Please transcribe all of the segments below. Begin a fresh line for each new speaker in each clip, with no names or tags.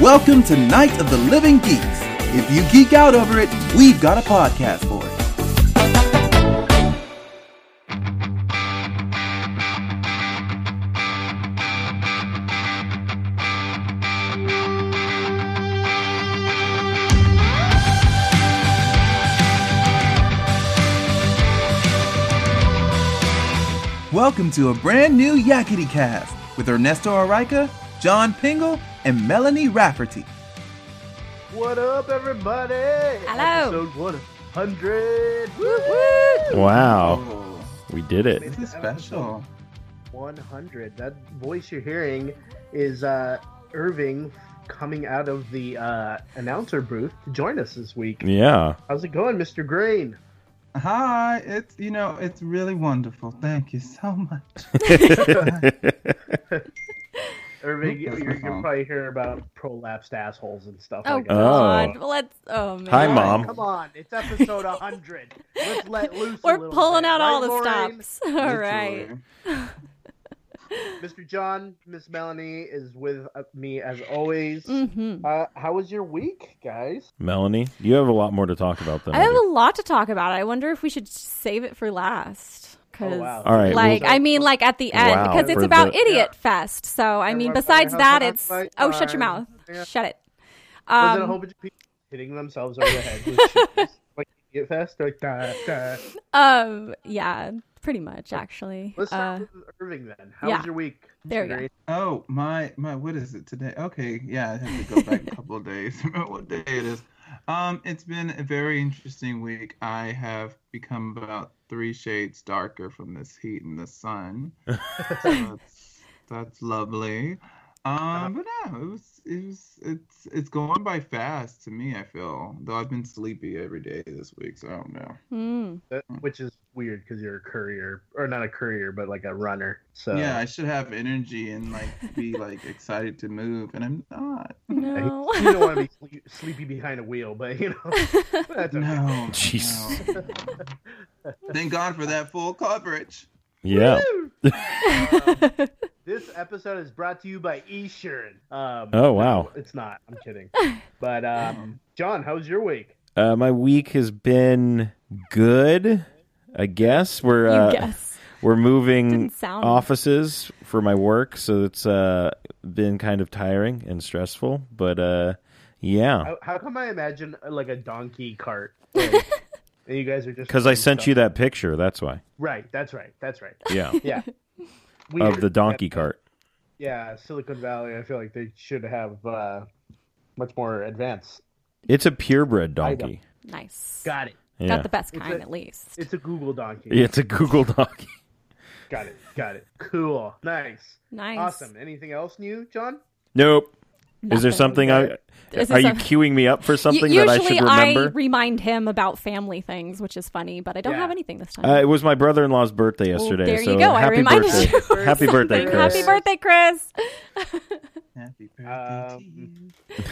Welcome to Night of the Living Geeks. If you geek out over it, we've got a podcast for it. Welcome to a brand new Yakety Cast with Ernesto Arica, John Pingle, and Melanie Rafferty.
What up, everybody?
Hello.
Episode 100. Woo!
Wow, we did it.
This Oh, is special.
100. That voice you're hearing is uh, Irving coming out of the uh, announcer booth to join us this week.
Yeah.
How's it going, Mr. Green?
Hi, it's you know it's really wonderful. Thank you so much.
Irving, you're, you're
Uh-huh.
probably hearing about prolapsed assholes and stuff.
Oh
like that.
God! Let's. Oh man.
Hi, Mom.
Come on, it's episode 100. Let's let loose. a
We're
little
pulling
bit.
out
Right,
all the
Maureen?
stops. All right.
Mr. John, Miss Melanie is with uh, me as always.
Mm-hmm.
Uh, how was your week, guys?
Melanie, you have a lot more to talk about than
I have
do.
a lot to talk about. I wonder if we should save it for last. Cause,
Oh, wow.
All right, well-
Like, I mean, like at the end,
Wow,
because it's
for
about
the-
Idiot Fest. So, I
Yeah,
mean,
my
besides
firehouse on
that, it's.
my
Oh, shut your
fire.
mouth.
Yeah.
Shut it.
Was it a
Um,
whole bunch of people hitting themselves over the head with shoes? Like, get fast? Like, da, da.
um, yeah, pretty much, actually.
Let's
Uh,
start with Irving then. How
yeah.
was your week?
There we go.
Oh my my, what is it today? Okay, yeah, I have to go back a couple of days. Remember what day it is? Um, it's been a very interesting week. I have become about three shades darker from this heat and the sun. So that's, that's lovely. Um, but no, it was it was it's it's going by fast to me. I feel though I've been sleepy every day this week, so I don't know.
mm.
That- Which is weird because you're a courier, or not a courier, but like a runner. So
Yeah, I should have energy and like be like excited to move, and I'm not.
I-
No.
you don't want to be sleep, sleepy behind a wheel, but you know. That's okay.
No.
Jeez.
no. Thank God for that full coverage.
Yeah.
Um, this episode is brought to you by Eashurin. Um,
Oh, wow.
no, it's not. I'm kidding. But um, John, how was your week?
Uh, my week has been good. I guess we're
you
uh, mm,
guess.
we're moving
Didn't sound-
offices for my work, so it's uh, been kind of tiring and stressful. But uh, yeah,
How, how come I imagine uh, like a donkey cart? Like, and you guys are just
because I sent you that picture. That's why.
Right. That's right. That's right.
Yeah,
Yeah.
of
Weird.
the donkey cart.
Yeah, Silicon Valley. I feel like they should have uh, much more advanced.
It's a purebred donkey.
Nice. Got,
Got it.
Yeah.
the best
It's
kind,
a-
at least.
It's a Google donkey.
Yeah, it's a Google donkey.
Got it. Got it. Cool. Nice.
Nice.
Awesome. Anything else new, John?
Nope. Is there
Nothing.
something I?
Is there
Are you
some-
queuing me up for something
U-
that I
usually
should remember?
remind him about family things, which is funny, but I don't
Yeah.
have anything this time.
Uh, it was my brother in law's birthday
Well,
yesterday.
Oh, there
so
you go. I
Happy
reminded
birthday.
you. of
Happy birthday,
something.
Chris.
Happy birthday, Chris.
Happy birthday
Um,
to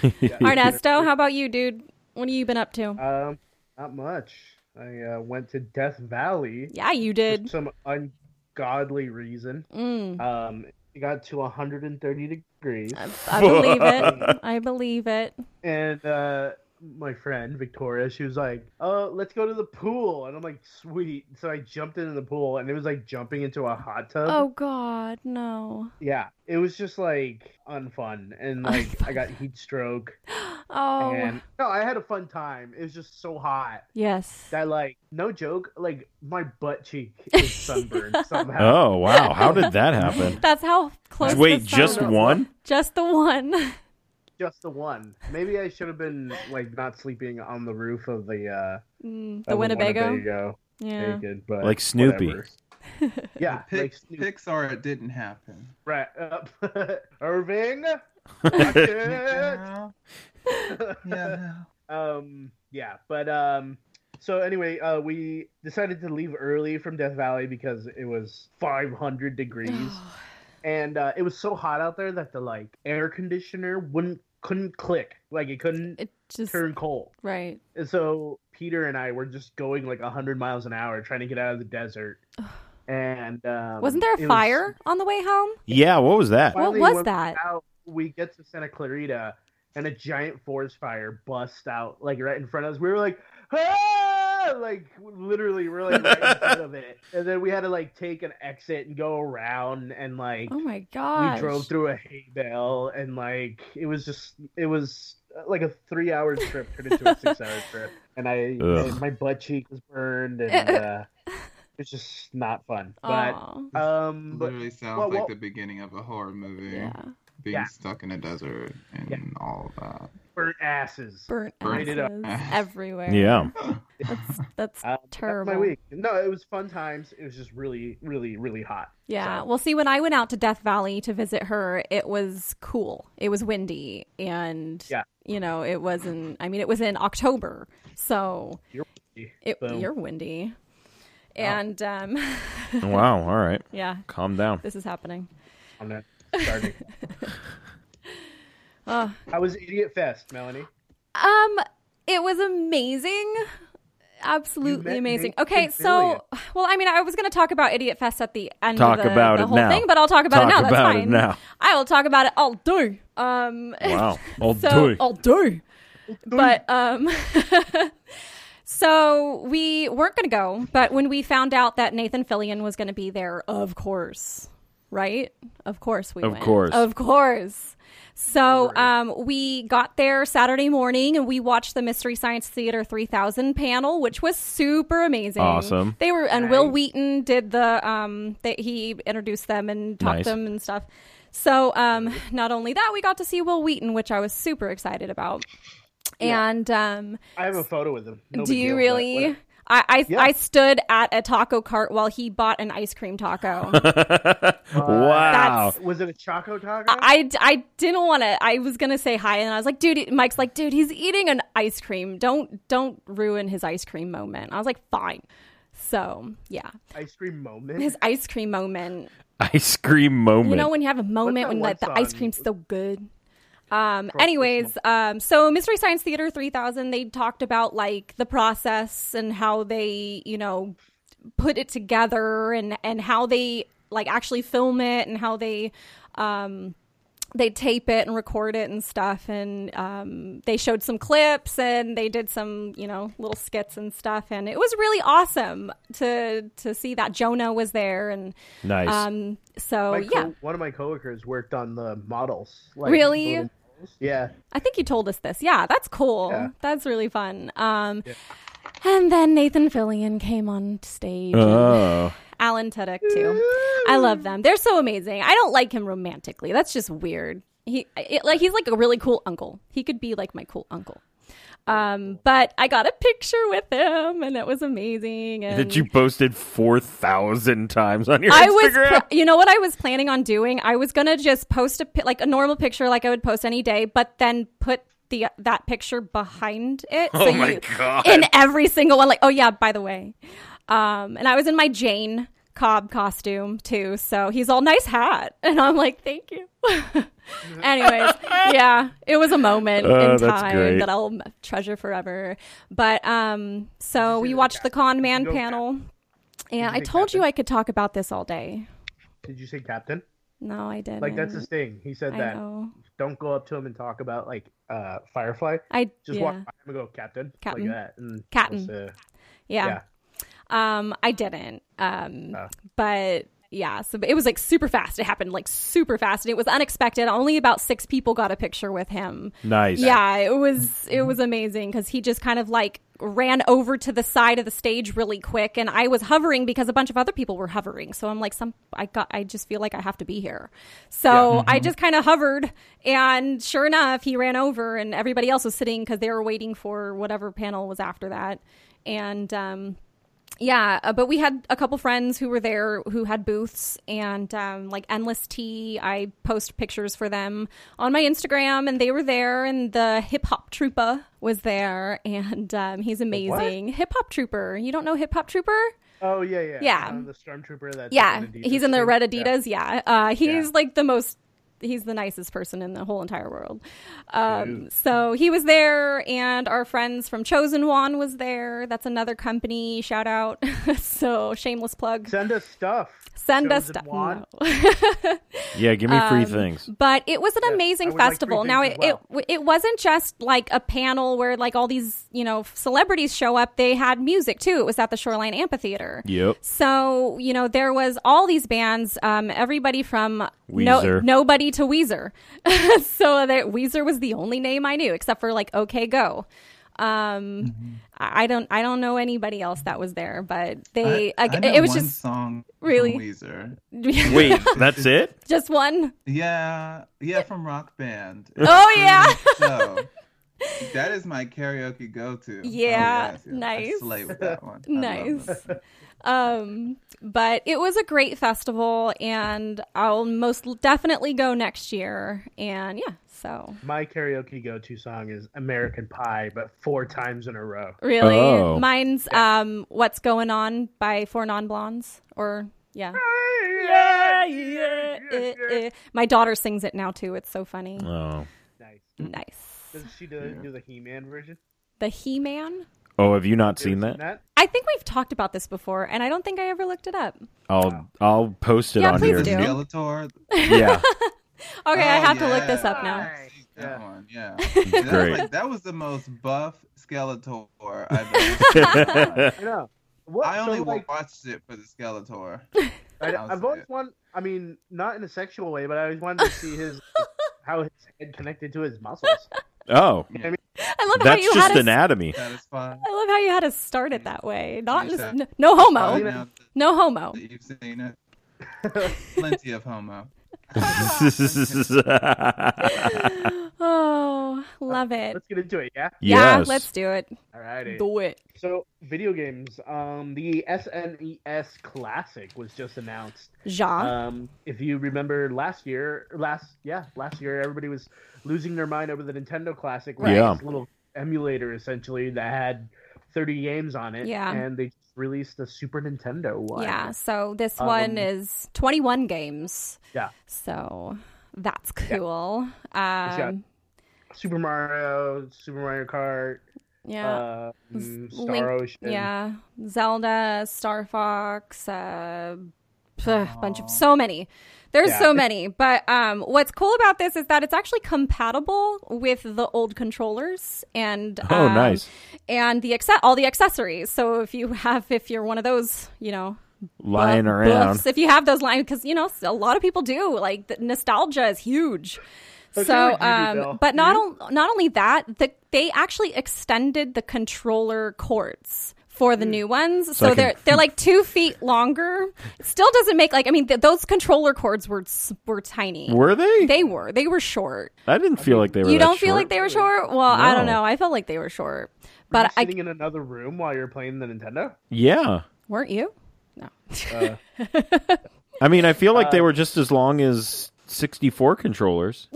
you.
Yeah.
Ernesto, how about you, dude? What have you been up to?
Um, not much. I uh, went to Death Valley
yeah, you
for
did.
some ungodly reason.
Mm,
Um, it got to 130 degrees,
I, I believe it. I believe it.
and uh, my friend Victoria, she was like, "Oh, let's go to the pool," and I'm like, "Sweet!" So I jumped into the pool, and it was like jumping into a hot tub.
Oh God, no.
Yeah, it was just like unfun, and like I got heat stroke,
Oh
and no, I had a fun time. It was just so hot
yes.
that like, no joke, like my butt cheek is sunburned somehow.
Oh wow! How did that happen?
That's how close.
Wait,
the
just
sun-
one?
Just the one.
just the one. Maybe I should have been like not sleeping on the roof of the uh
Mm,
of
the Winnebago.
Winnebago
Yeah.
naked, but
Like Snoopy.
whatever. yeah,
Pic-
like Snoopy.
Pixar, it didn't happen.
Right up. uh, Irving. watch it.
Yeah, yeah.
um yeah, but um so anyway, uh we decided to leave early from Death Valley because it was 500 degrees and uh it was so hot out there that the like air conditioner wouldn't couldn't click. Like it couldn't
it just
turn cold.
right.
And so Peter and I were just going like 100 miles an hour trying to get out of the desert. And um,
Wasn't there
it
a
was-
fire on the way home?
Yeah. What was that?
What
Finally,
was
when we
that?
got out, we get to Santa Clarita and a giant forest fire bust out like right in front of us. We were like, ah! like literally, we're like right in front of it, and then we had to like take an exit and go around, and like
Oh my
we
gosh.
drove through a hay bale, and like it was just it was uh, like a three hour trip turned into a six hour trip, and I
Ugh.
my butt cheek was burned, and uh, it's just not fun. But
Aw.
um, but
Literally sounds
well,
like
well-
the beginning of a horror movie.
yeah.
Being
Yeah.
stuck in a desert and
Yeah.
all of
burnt asses.
Burnt
Burnt
asses
it up.
everywhere.
Yeah.
that.
That's that's
Uh,
terrible.
That's my week. No, it was fun times. It was just really, really, really hot.
Yeah.
So-
Well, see, when I went out to Death Valley to visit her, it was cool. It was windy, and
Yeah.
you know, it wasn't. I mean, it was in October, so it,
Boom. Oh.
you're windy, and um,
Wow. All right.
yeah,
Calm down.
this is happening.
I'm not starting.
Oh.
How was Idiot Fest, Melanie?
Um, it was amazing. Absolutely
met
amazing.
Nathan
Okay,
Fillion.
so well, I mean, I was going to talk about Idiot Fest at the end
Talk
of the,
about
the
it
whole
now.
thing, but I'll talk about
Talk
it now. That's
about it
fine.
now.
I will talk about it all day. Um,
Wow. Oh,
so uh,
dude.
I'll do. But um, so we weren't going to go. But when we found out that Nathan Fillion was going to be there, of course, right? Of course we.
Of
went.
course.
Of course. So
Right.
um, we got there Saturday morning and we watched the Mystery Science Theater 3000 panel, which was super amazing.
Awesome.
They were and Will
Nice.
Wheaton did the um, that he introduced them and talked
Nice.
them them and stuff. So, um, not only that, we got to see Will Wheaton, which I was super excited about.
Yeah.
And um,
I have a photo with him. No
do
big
you
deal, but
really?
whatever.
I I,
Yeah.
I stood at a taco cart while he bought an ice cream taco.
wow.
That's-
Was it a Choco Taco?
I, I didn't want to. I was gonna say hi, and I was like, "Dude," Mike's like, "Dude, he's eating an ice cream. Don't don't ruin his ice cream moment." I was like, "Fine." So yeah,
Ice cream moment.
his ice cream moment.
Ice cream moment.
You know when you have a moment
that
when
one
like the ice
song?
cream's so good. Um,
Frosted
anyways, um, so Mystery Science Theater 3000, they talked about like the process and how they, you know, put it together and, and how they like actually film it and how they, um, they tape it and record it and stuff. And, um, they showed some clips and they did some, you know, little skits and stuff. And it was really awesome to, to see that Jonah was there. And,
nice.
um, so
My co-
yeah,
One of my coworkers worked on the models. Like,
Really?
the little models. Yeah.
I think you told us this. Yeah, that's cool.
Yeah.
That's really fun. Um, And then Nathan Fillion came on stage. and
oh.
Alan Tudyk too. I love them. They're so amazing. I don't like him romantically. That's just weird. He it, like he's like a really cool uncle. He could be like my cool uncle. Um, but I got a picture with him, and it was amazing. And
That you posted 4,000 times on your
I was,
Instagram.
pl- you know, what I was planning on doing. I was gonna just post a pi- like a normal picture, like I would post any day, but then put the that picture behind it.
Oh my
you-
God.
In every single one, like, oh yeah, by the way, um, and I was in my Jane Cobb costume too, so he's all nice hat, and I'm like, thank you. Anyways, yeah, it was a moment
Oh,
in
that's
time
great.
that I'll treasure forever. But um, so
see
we
the
watched the
cast?
Con
Did you
Man
go cast?
panel.
you
Yeah, I
think
told
Captain?
you I could talk about this all day.
Did you say Captain?
No, I didn't.
Like that's his thing. He said
I
that.
know.
Don't go up to him and talk about like uh Firefly.
I
Just
yeah.
walk by him and go, Captain.
Captain.
Like that. And
Captain.
that's it.
yeah.
yeah.
Um, I didn't. Um,
Oh.
but yeah, so but it was like super fast. It happened like super fast, and it was unexpected. Only about six people got a picture with him.
nice.
Yeah, it was it was amazing because he just kind of like ran over to the side of the stage really quick, and I was hovering because a bunch of other people were hovering. So I'm like, some I got I just feel like I have to be here. So I just kind of hovered, and sure enough, he ran over, and everybody else was sitting because they were waiting for whatever panel was after that, and um, yeah, uh, but we had a couple friends who were there who had booths and um, like endless tea. I post pictures for them on my Instagram, and they were there. And the hip hop trooper was there, and um, he's amazing. Hip hop trooper, you don't know hip hop trooper?
Oh yeah, yeah.
Yeah.
Um, the stormtrooper. That's
Yeah,
in Adidas
he's in the
thing.
red
Yeah.
Adidas. Yeah, Uh, he's
Yeah.
like the most he's the nicest person in the whole entire world. Um, so he was there, and our friends from Chosen One was there. That's another company shout out. so shameless plug.
Send us stuff.
Send us
Chosen
stuff.
One.
No.
Yeah, give me free
Um,
things.
But it was an
Yes, I
amazing
would like
festival.
three
now
things
it,
as
it it wasn't just like a panel where like all these you know celebrities show up. They had music too. It was at the Shoreline Amphitheater.
Yep.
So you know there was all these bands, um, everybody from no,
Weezer.
nobody to Weezer. so that Weezer was the only name I knew, except for like OK Go. Um,
Mm-hmm.
I I don't I don't know anybody else that was there, but they
I,
ag-
I know
it was
one
just
song
really-
from Weezer.
Wait, that's it?
just one.
Yeah, yeah, from Rock Band.
Oh, yeah.
So that is my karaoke go-to. Oh,
Yeah,
yes, yes.
nice.
I slay with that one. I love
Nice.
that one.
Um, but it was a great festival, and I'll most definitely go next year. And yeah, so
My karaoke go-to song is American Pie, but four times in a row.
really,
Oh.
mine's um, "What's Going On" by Four Non Blondes, or yeah.
Ah,
Yeah, yeah, eh, eh. My daughter sings it now too. It's so funny.
Oh.
Nice.
Nice.
Does she do, do the He-Man version?
The He Man.
Oh, have you not
You
seen
ever
that?
I think we've talked about this before, and I don't think I ever looked it up.
I'll I'll post it
Yeah,
on
please
here.
The
do.
Skeletor.
Yeah.
Okay, I
Oh,
have to look this
yeah.
up now.
Nice.
That
Yeah.
one, yeah. That,
Great.
Was like, that was the most buff Skeletor I've ever seen.
I know. What,
I only
so, like,
watched it for the Skeletor.
I,
That was
I've always
it.
wanted. I mean, not in a sexual way, but I always wanted to see his how his head connected to his muscles.
Oh.
I love how
That's
you had
just
us.
anatomy.
Satisfied.
I love how you had to start it that way. Not
You
in-
said-
no
Oh,
homo.
now
No homo.
that you've seen it. Plenty of homo.
Oh, love it.
Let's get into it. Yeah.
Yeah,
yes.
let's do it.
Alrighty.
Do it.
So, video games. Um, the SNES Classic was just announced.
Ja.
Um, if you remember last year, last yeah, last year everybody was losing their mind over the Nintendo Classic, which
Yeah.
was this little emulator essentially that had 30 games on it,
Yeah.
and they released the Super Nintendo Uh, one.
yeah, so this
Um,
one is 21 games.
Yeah.
So that's cool.
It's got
Um,
Super Mario, Super Mario Kart,
yeah.
uh, mm,
Z-
Star
Link-
Ocean.
yeah. Zelda, Star Fox, uh, a bunch
Aw.
of so many. There's
Yeah.
so many. But um, what's cool about this is that it's actually compatible with the old controllers and
Oh,
um,
nice.
and the acce- all the accessories. So if you have, if you're one of those, you know,
Lying
buff-
around.
buffs, if you have those lines, because you know a lot of people do. Like the nostalgia is huge.
Okay
so,
with you, Bill.
um, but not on not only that, the, they actually extended the controller cords for the new ones, so,
I can-
they're they're like two feet longer. It still doesn't make like I mean th- those controller cords were s- were tiny.
Were they?
they were they were short.
I didn't feel like they were
You
that
don't feel
short.
like they were short? Well, I don't
No.
know. I felt like they were short,
Were you
but I
sitting in another room while you're playing the Nintendo.
Yeah.
Weren't you? No.
Uh,
I mean, I feel like they were just as long as 64 controllers,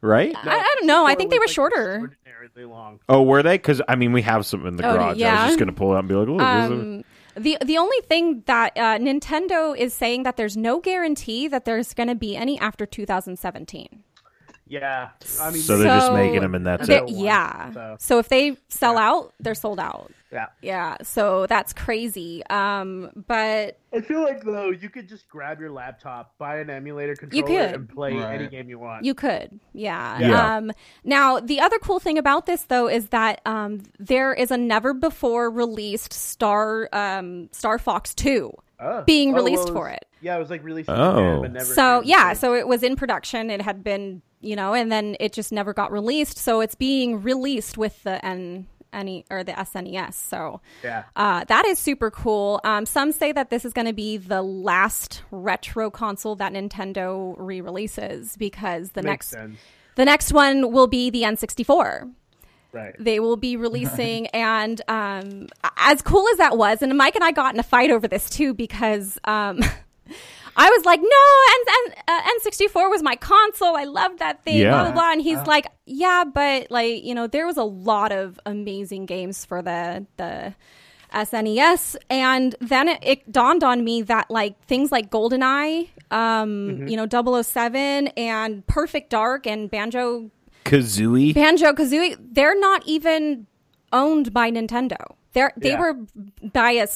right?
I, I don't know. I think they were
was, like,
shorter.
Extraordinarily long.
Oh, were they? Because I mean, we have some in the
Oh,
garage. I
yeah.
was just gonna pull it out and be like, "Look, this is
Um, the the only thing that uh, Nintendo is saying that there's no guarantee that there's going to be any after 2017.
Yeah. I mean,
So
they-
they're just making 'em and that's
they're-
it.
Yeah.
So-
So. if they sell out, they're sold out.
yeah.
Yeah. So that's crazy. Um, but
I feel like though you could just grab your laptop, buy an emulator controller,
could.
and play
Right.
any game you want.
You could, yeah.
Yeah.
Um, now, the other cool thing about this, though, is that um, there is a never before released Star um, Star Fox Two
Oh.
being
Oh,
released
well,
for
it's-
it.
Yeah, it was like released. in
Oh.
Japan, but never
So
in-
yeah, so it was in production. It had been, you know, and then it just never got released. So it's being released with the N. Any or the SNES, so
yeah.
uh, that is super cool. Um, some say that this is going to be the last retro console that Nintendo re-releases because the
Makes
next
sense.
the next one will be the N64.
Right.
They will be releasing, and um, as cool as that was, and Mike and I got in a fight over this too because um, I was like, "No, N- N- uh, N64 was my console. I loved that thing."
Yeah.
Blah blah blah. And he's like, "Yeah, but like you know, there was a lot of amazing games for the the SNES. And then it, it dawned on me that like things like GoldenEye, um,
Mm-hmm.
you know, 007 and Perfect Dark and Banjo
Kazooie.
Banjo Kazooie, they're not even owned by Nintendo. They're, they
Yeah.
were by a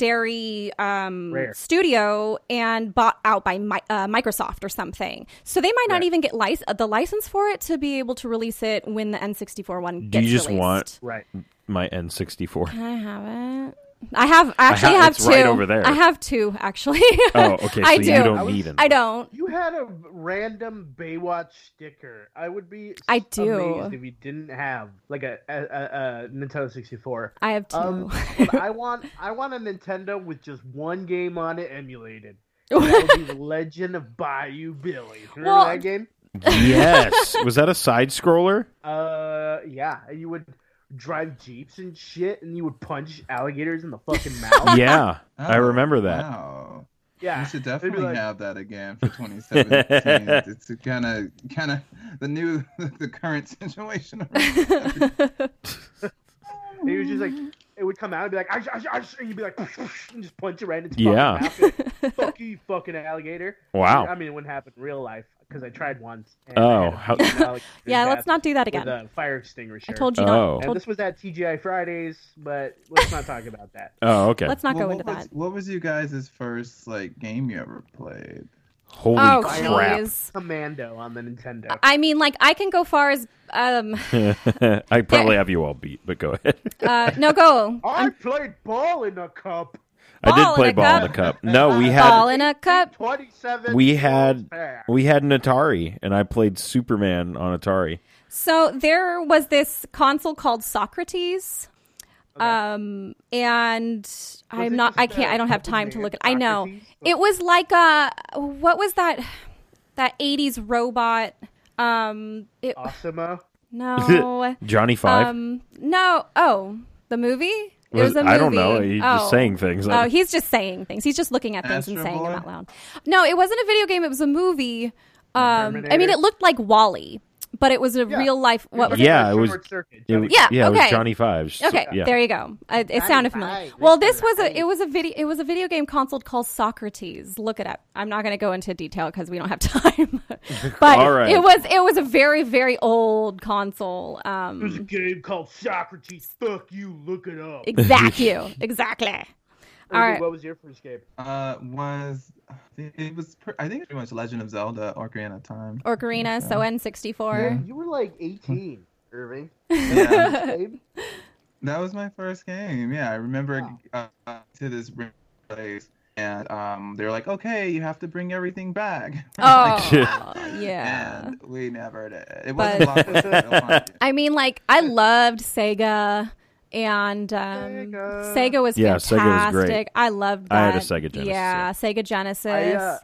secondary um,
Rare.
studio and bought out by Mi- uh, Microsoft or something. So they might not
Right.
even get lic- uh, the license for it to be able to release it when the N64 one
Do
gets
you just
released.
want
Right.
my N64?
I haven't. I have. I actually
ha-
have
it's
two.
right over there.
I have two actually.
Oh, okay. So
I
you
do.
don't
I was-
need an.
I don't.
You had a random Baywatch sticker. I would be
I
s-
do.
amazed if you didn't have like a a, a, a Nintendo 64.
I have two.
Um, but I want I want a Nintendo with just one game on it emulated. That would be Legend of Bayou Billy. Remember
Well-
that game?
Yes. Was that a side scroller?
Uh, yeah. You would drive jeeps and shit, and you would punch alligators in the fucking mouth.
Yeah.
Oh,
I remember that.
Wow.
yeah.
We should
They'd be
definitely
like,
have that again for 2017. it's kind of kind of the new the current situation.
It was just like it would come out and be like, "Ash, ash, ash," and you'd be like, and just punch it right in its
Yeah.
fucking mouth. Like, Fuck you, you fucking alligator!
Wow.
I mean, it wouldn't happen in real life because I tried once. And
Oh,
I had a
how-
fucking alligator
yeah,
death
let's not do that
with
again.
a fire extinguisher.
I told you
Oh.
not.
And
Told,
this was at TGI Fridays, but let's not talk about that.
Oh, okay.
let's not
Well,
go
what
into
was,
that.
What was you guys' first like game you ever played?
Holy
Oh,
crap.
please.
Commando on the Nintendo.
I mean, like I can go far as um.
I probably have you all beat, but go ahead.
Uh, no, go.
I played ball in a cup.
I did
Ball in
play
a
ball in a
cup.
cup. No, we had
Ball in a cup.
Twenty-seven.
we had
fair.
we had an Atari, and I played Superman on Atari.
So there was this console called Socrates. Um and I'm
it
not I
just
can't
a
I don't have time to
company,
look at I know.
Socrates?
It was like a what was that that 80s robot um it,
Uh, Osimo.
no
Johnny Five.
Oh, um no oh the movie it
Was-
was a movie
I don't know. You're just saying things.
oh he's just saying things he's just looking at things and
Astro
saying
Boy?
them out loud no it wasn't a video game it was a movie um I mean
Terminator?
it looked like Wally but it was a real life what was
Yeah, it was-
Short circuit.
It was-
Yeah,
yeah, it was
okay.
Johnny Five. So-
Okay,
yeah.
there you go. I, it sounded familiar.
Right,
Well,
that's
this was
right.
a it was a video it was a video game console called Socrates. Look it up. I'm not going to go into detail because we don't have time. but
All right.
it was it was a very very old console.
There's a
Um,
game called Socrates. Fuck you. Look it up.
exactly, exactly. All right.
What was your first game?
Uh, was it was pr- I think it was Legend of Zelda: Ocarina of Time.
Ocarina, so N64.
You were like 18, Irving.
Yeah.
Babe.
That was my first game. Yeah, I remember uh, to this place, and um, they were like, "Okay, you have to bring everything back."
Oh, yeah.
and we never did. It
But-
wasn't locked.
I mean, like I loved Sega, and um,
Sega.
Sega. was
Yeah, Sega was
fantastic.
great.
I loved. That.
I had a Sega Genesis,
Yeah, Sega Genesis.
I, uh,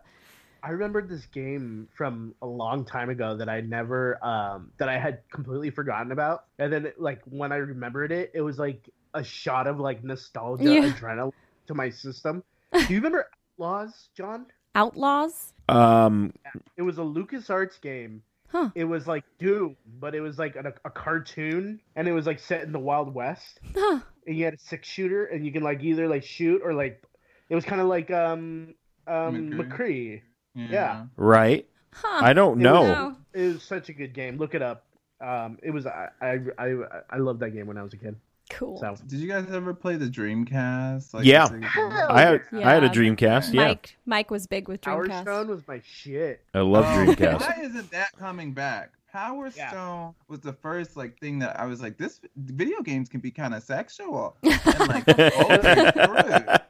I remembered this game from a long time ago that I never, um, that I had completely forgotten about. And then, like, when I remembered it, it was like a shot of like nostalgia
Yeah.
adrenaline to my system. Do you remember Outlaws, John?
Outlaws.
Um,
It was a LucasArts game.
Huh.
It was like Doom, but it was like a, a cartoon, and it was like set in the Wild West.
Huh.
And you had a six shooter, and you can like either like shoot or like. It was kind of like um um
McCree.
McCree.
Yeah.
right?
Huh.
I don't
It
know.
was- It was such a good game. Look it up. Um, it was I I I, I loved that game when I was a kid.
Cool.
So
Did you guys ever play the Dreamcast? Like,
Yeah.
the Sega-
I had I had a
Yeah.
Dreamcast. Yeah,
Mike Mike was big with
Power
Dreamcast.
Stone was my shit.
I love
Oh,
Dreamcast.
Why isn't that coming back? Power
Yeah.
Stone was the first like thing that I was like, this video games can be kind of sexual. And, like, all the way through.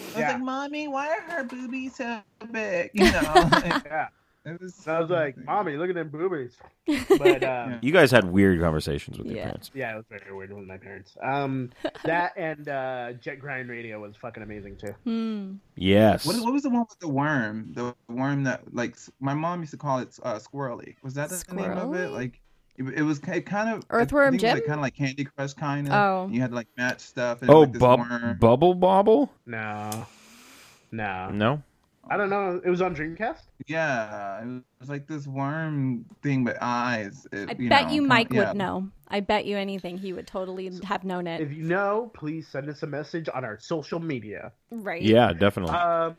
I was
Yeah.
like, "Mommy, why are her boobies so big?" You know, it,
Yeah,
it was.
and I was like,
something.
"Mommy, look at them boobies." But um,
you guys had weird conversations with your
Yeah.
parents.
yeah, it was very weird with my parents. Um, that and uh, Jet Grind Radio was fucking amazing too.
Hmm.
Yes.
What, what was the one with the worm? The worm that, like, s- my mom used to call it uh, squirrely. Was that the name of it?
Squirrely?
Like, it, it was ki- kind of I
Earthworm
think it was, Like,
Jim?
kind of like Candy Crush, kind of.
Oh.
You had to like match stuff. And
oh,
like, this
bub-
worm.
bubble bobble?
Uh,
No, no,
No.
I don't know. It was on Dreamcast.
Yeah, it was like this worm thing, but eyes. It,
I
you
bet
know,
you
come-
Mike
yeah.
would know. I bet you anything he would totally have known it.
If you know, please send us a message on our social media.
right.
Yeah, definitely.
Uh,
Um,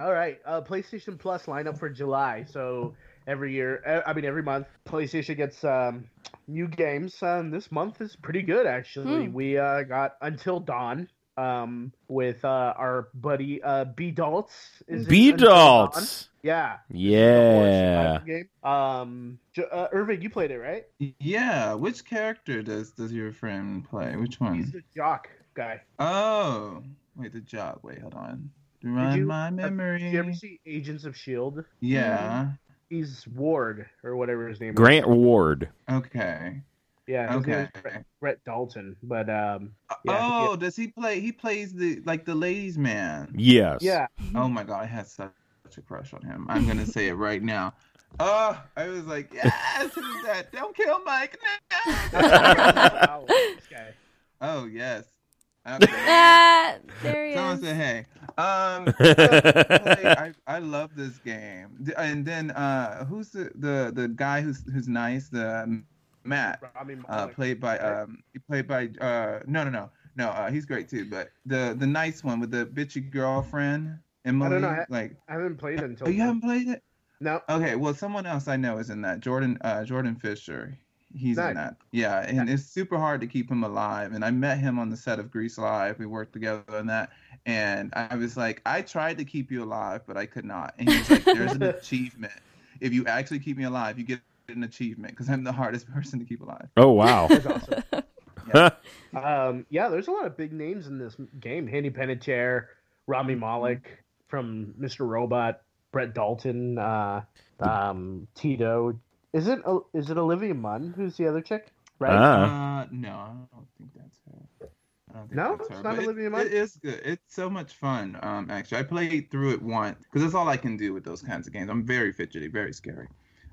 all right. Uh, PlayStation Plus lineup for July. So every year, eh, I mean every month, PlayStation gets um, new games. Um, this month is pretty good actually.
Hmm.
We uh, got Until Dawn um, with uh, our buddy uh, B Daltz. is in
B
Until Dawn.
Daltz.
Yeah.
Yeah.
Horse, uh, Game. Um, J- uh, Irving, you played it right?
Yeah, which character does does your friend play? Which one?
He's the jock guy.
Oh, wait, the job. Wait, hold on. Remind
you-
my
have-
memory.
Did you ever see Agents of Shield?
yeah.
E He's Ward or whatever his name.
Grant Ward.
Okay.
Yeah. His name is
Okay.
Brett, Brett Dalton, but um, Yeah,
oh, does he play? He plays the like the ladies' man.
Mm-hmm.
Yes.
yeah,
Oh my god, I had such a crush on him. I'm gonna say it right now. Oh, I was like, yes, who's that? Don't kill Mike. No.
Wow, this guy.
oh yes. Okay.
Ah, there he
Someone
is.
said, hey. Um, so I, I love this game. D- And then uh, who's the, the the guy who's who's nice? The um, Matt,
Rami
uh,
Malek.
played by um, he played by uh, no no no no uh, he's great too. But the the nice one with the bitchy girlfriend Emily,
know, I-
like
I haven't played until.
oh, you haven't played it.
No,
Okay, well, someone else I know is in that. Jordan uh, Jordan Fisher. He's
Nice.
in that. Yeah, and it's super hard to keep him alive. And I met him on the set of Grease Live. We worked together on that. And I was like, I tried to keep you alive, but I could not. And he was like, There's an achievement. If you actually keep me alive, you get an achievement because I'm the hardest person to keep alive.
Oh wow.
that's awesome.
Huh.
um, yeah, there's a lot of big names in this game. Handy Panettiere, Rami
Mm-hmm.
Malek from Mr. Robot, Brett Dalton, uh, um, Tito. Is it is it Olivia Munn who's the other chick? Right?
Ah.
Uh, no, I don't think that's her. I don't think
No?
that's
It's
her,
not
but it-
Olivia Munn?
It is good. It's so much fun. Um, actually, I played through it once because that's all I can do with those kinds of games. I'm very fidgety, very scary.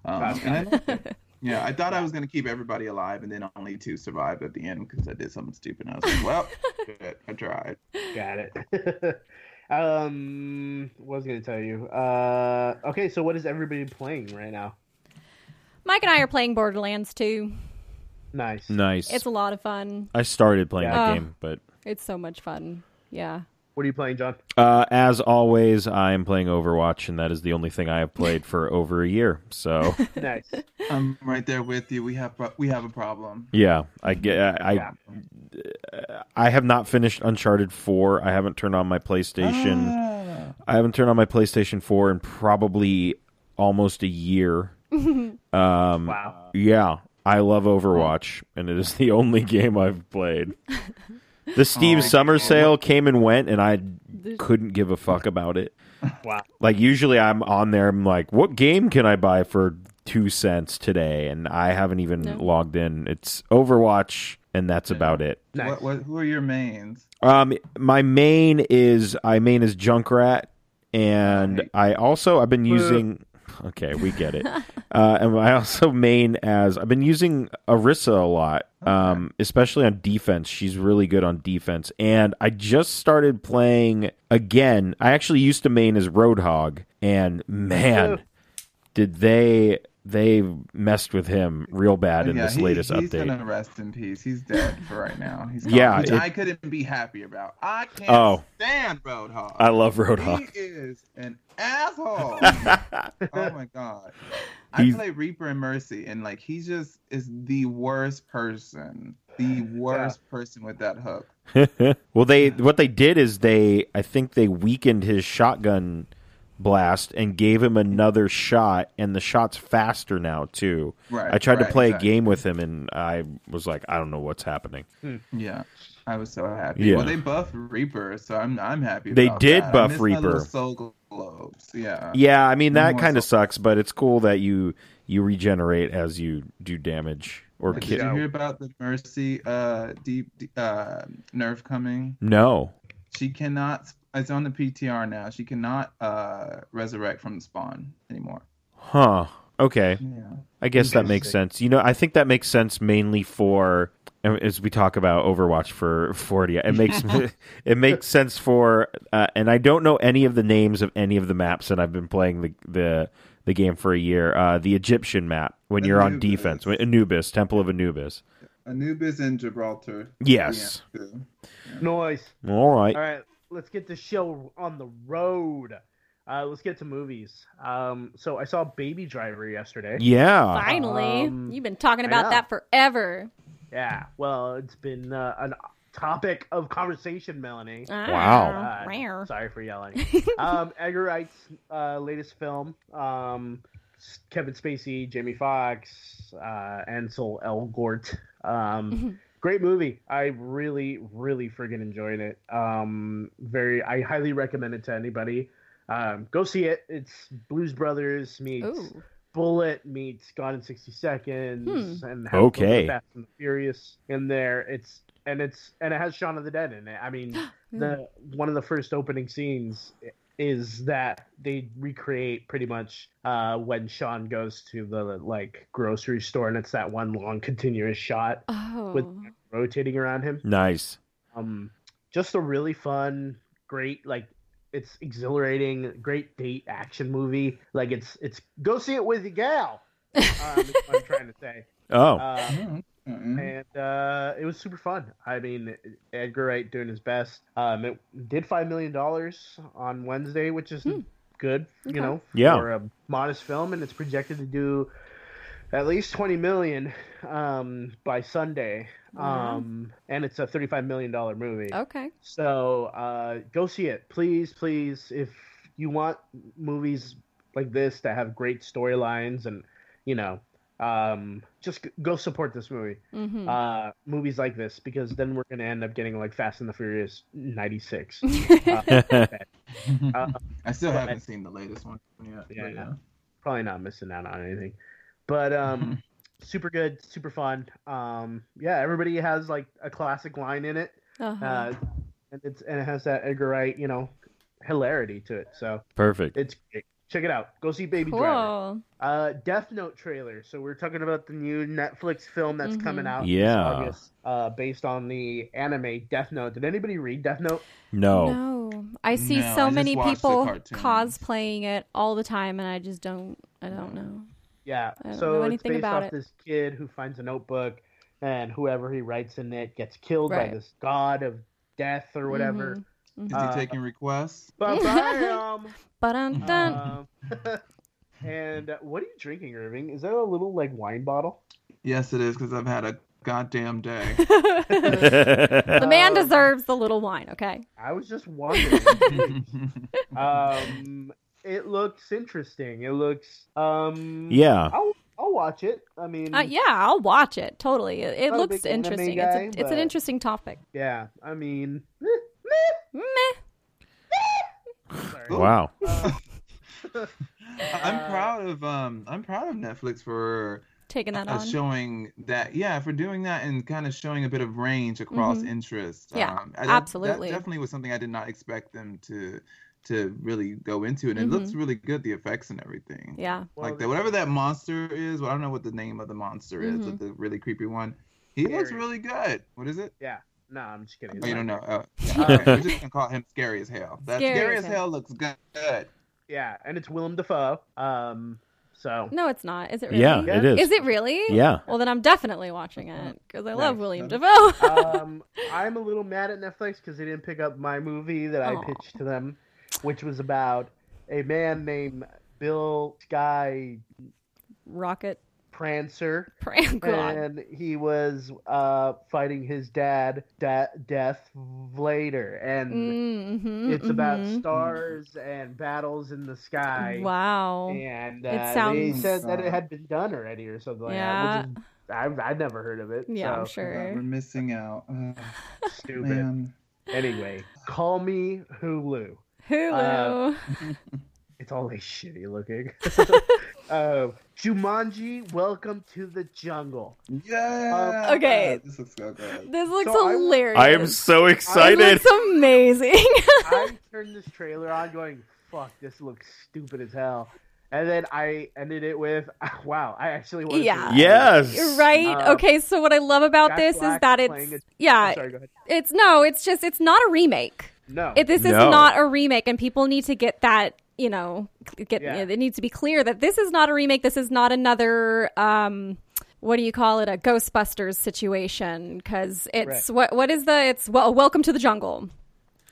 Um,
Gotcha.
and I liked it. yeah, I thought I was gonna keep everybody alive, and then only two survived at the end because I did something stupid. And I was like, well, shit, I tried.
Got it. um, what was I gonna tell you? Uh, okay, so what is everybody playing right now?
Mike and I are playing Borderlands 2.
Nice.
Nice.
It's a lot of fun.
I started playing
Yeah.
that
Oh.
game, but
It's so much fun. Yeah.
What are you playing, John?
uh, as always, I am playing Overwatch, and that is the only thing I have played for over a year. So
Nice.
I'm right there with you. We have pro- we have a problem.
yeah, I get. I
Yeah.
I have not finished Uncharted Four. I haven't turned on my PlayStation.
Ah.
I haven't turned on my PlayStation 4 in probably almost a year. um,
Wow.
Yeah, I love Overwatch, and it is the only game I've played. The Steve
Oh,
Summer
man.
sale came and went, and I couldn't give a fuck about it.
Wow.
Like, usually I'm on there, I'm like, what game can I buy for two cents today? And I haven't even
No.
logged in. It's Overwatch, and that's about it.
Nice.
What, what, who are your mains?
Um, my main is I main is Junkrat, and
Right.
I also I've been using. Okay, we get it. uh, and I also main as I've been using Arissa a lot, um, especially on defense. She's really good on defense, and I just started playing again. I actually used to main as Roadhog, and man, did they they messed with him real bad in
Yeah,
this
he-
latest
he's
update.
gonna rest in peace. He's dead for right now. He's
Yeah,
gone, which
it-
I couldn't be happy about. I can't
Oh.
stand Roadhog.
I love Roadhog.
He is an asshole. oh my god. I
He's-
play Reaper and Mercy, and like he just is the worst person. The worst person with that hook.
well, they what they did is they I think they weakened his shotgun blast and gave him another shot, and the shot's faster now too.
Right,
I tried to
right,
play
exactly.
a game with him, and I was like, I don't know what's happening.
Yeah. I was so happy.
Yeah.
Well, they buffed Reaper, so I'm I'm happy.
They
about
did
that. I
buff
miss my little
Reaper.
Soul globes. Yeah.
Yeah, I mean
Uh, No
that
more
kind of
assault.
sucks, but it's cool that you you regenerate as you do damage or
Did
ki-
you hear about the Mercy uh deep uh nerf coming?
no.
She cannot. It's on the PTR now. She cannot uh resurrect from the spawn anymore.
Huh. Okay.
Yeah.
I guess that makes
Interesting.
sense. You know, I think that makes sense mainly for and as we talk about Overwatch for 40, it makes me- it makes sense for uh, and I don't know any of the names of any of the maps and I've been playing the the the game for a year. Uh, the Egyptian map when you're on
Anubis.
defense, when- Anubis, Temple of Anubis.
Anubis and Gibraltar.
Yes.
Yeah, too.
Noise.
All right.
All right, let's get the show on the road. Uh, let's get to movies. Um, so I saw Baby Driver yesterday.
Yeah.
Finally,
Um,
you've been talking
I
about
know.
that forever.
Yeah, well, it's been uh, an topic of conversation, Melanie.
Wow.
Ah, rare.
God, Uh, sorry for yelling. um, Edgar Wright's uh, latest film. Um, s- Kevin Spacey, Jamie Foxx, uh, Ansel Elgort. Um, great movie. I really, really friggin' enjoyed it. Um, very. I highly recommend it to anybody. Um, go see it. It's Blues Brothers meets
Ooh.
Bullet meets Gone in 60 Seconds
Hmm.
and has both
Okay.
the Fast and the Furious in there. It's and it's and it has Shaun of the Dead in it. I mean,
Hmm.
the one of the first opening scenes is that they recreate pretty much uh, when Sean goes to the like grocery store and it's that one long continuous shot
Oh.
with rotating around him
Nice.
um just a really fun great like it's exhilarating great date action movie like it's it's go see it with your gal um, is what i'm trying to say
Oh.
uh,
Mm, mm-mm.
and
Mm-hmm.
uh, it was super fun i mean edgar wright doing his best um it did five million dollars on wednesday which is good
Hmm. Okay.
you know
Yeah.
for a modest film and it's projected to do at least 20 million um by sunday
Wow. Oh.
um and it's a 35 million dollar movie
Okay.
so uh, go see it, please, please. If you want movies like this that have great storylines and you know, um, just g- go support this movie.
Mm-hmm.
Uh, movies like this because then we're gonna end up getting like Fast and the Furious '96. uh,
I still
but-
haven't seen the latest one yet. but
Yeah.
yeah.
Probably not missing out on anything, but um, super good, super fun. Um, yeah, everybody has like a classic line in it,
Uh-huh.
uh, and it's and it has that Edgar Wright, you know, hilarity to it. So.
Perfect.
It's great. Check it out. Go see Baby Driver.
cool.
Uh, Death Note trailer. So we're talking about the new Netflix film that's
Mhm.
coming out. this
Yeah.
August, uh, based on the anime Death Note. Did anybody read Death Note?
No.
No, I see
No, I
so
just
many
watched the
people
cartoon.
cosplaying it all the time, and I just don't. I don't know.
Yeah.
I don't
so
know
it's
anything
based
about
off
it.
this kid who finds a notebook, and whoever he writes in it gets killed
Right.
by this god of death or whatever.
Is he
Uh,
taking requests?
Mm-hmm.
Ba-bam!
But I'm done.
Um, and uh, what are you drinking, Irving? Is that a little like wine bottle?
Yes, it is because I've had a goddamn day.
Uh-huh.
the man
Um,
deserves the little wine. Okay.
I was just wondering. um it looks interesting it looks um
yeah.
i'll, I'll watch it i mean
Uh, yeah, I'll watch it totally. It, it
Mm. Not a
looks
big anime
interesting.
guy,
it's, a, it's an
but-
interesting topic.
yeah, i mean eh,
Meh.
sorry.
Wow.
Uh,
I'm proud of um I'm proud of Netflix for
Taking that
uh,
on.
showing that yeah for doing that and kind of showing a bit of range across
Mhm.
interests.
Yeah,
um, I- that-
absolutely.
That definitely was something I did not expect them to to really go into, and it looks really good the effects and everything.
Mm-hmm. Yeah.
well,
like that whatever that monster is well, i don't know what the name of the monster is
Mhm.
but the really creepy one he looks
Scary.
really good what is it
no i'm just kidding
oh you don't know oh,
Yeah.
yeah, okay. i'm just gonna call him scary as hell that
Scary
scary,
as
as hell, looks good
yeah and it's willem dafoe um so
No, it's not. Is it really?
Yeah,
Yeah. Oh,
it is.
Is it really?
Yeah.
Well, then I'm definitely watching it because I love
Nice.
William Defoe.
um i'm a little mad at netflix because they didn't pick up my movie that i
Aw.
pitched to them which was about a man named bill sky
Rocket.
prancer
Prank God.
and he was uh, fighting his dad, da- Death later, and
Mm-hmm,
it's about
mhm.
stars and battles in the sky.
Wow.
And uh,
It
they
sounds-
said that it had been done already or something like
Yeah.
that. Which is, I've, I've never heard of it.
Yeah, I'm
so
we're
sure.
missing out Ugh,
Stupid.
man.
Anyway, call me Hulu.
Hulu.
uh, It's always shitty looking. uh, Jumanji, welcome to the jungle.
yeah
Okay.
Oh, this looks so good
this looks
so I-
hilarious.
I am so
It
excited.
looks amazing.
I turned this trailer on going, fuck, this looks stupid as hell. And then I ended it with, "Wow, I actually want."
Yeah.
Yes.
Uh, Right.
Uh,
okay. So what I love about
Jack
this
Black
is that
playing
it's
a-
yeah,
Sorry, go ahead.
it's no, it's just it's not a remake.
No.
It, this is
No.
not a remake, and people need to get that. You know, c- get
Yeah.
it needs to be clear that this is not a remake. This is not another. um what do you call it? A Ghostbusters situation because it's what what is the it's well, Welcome to the Jungle.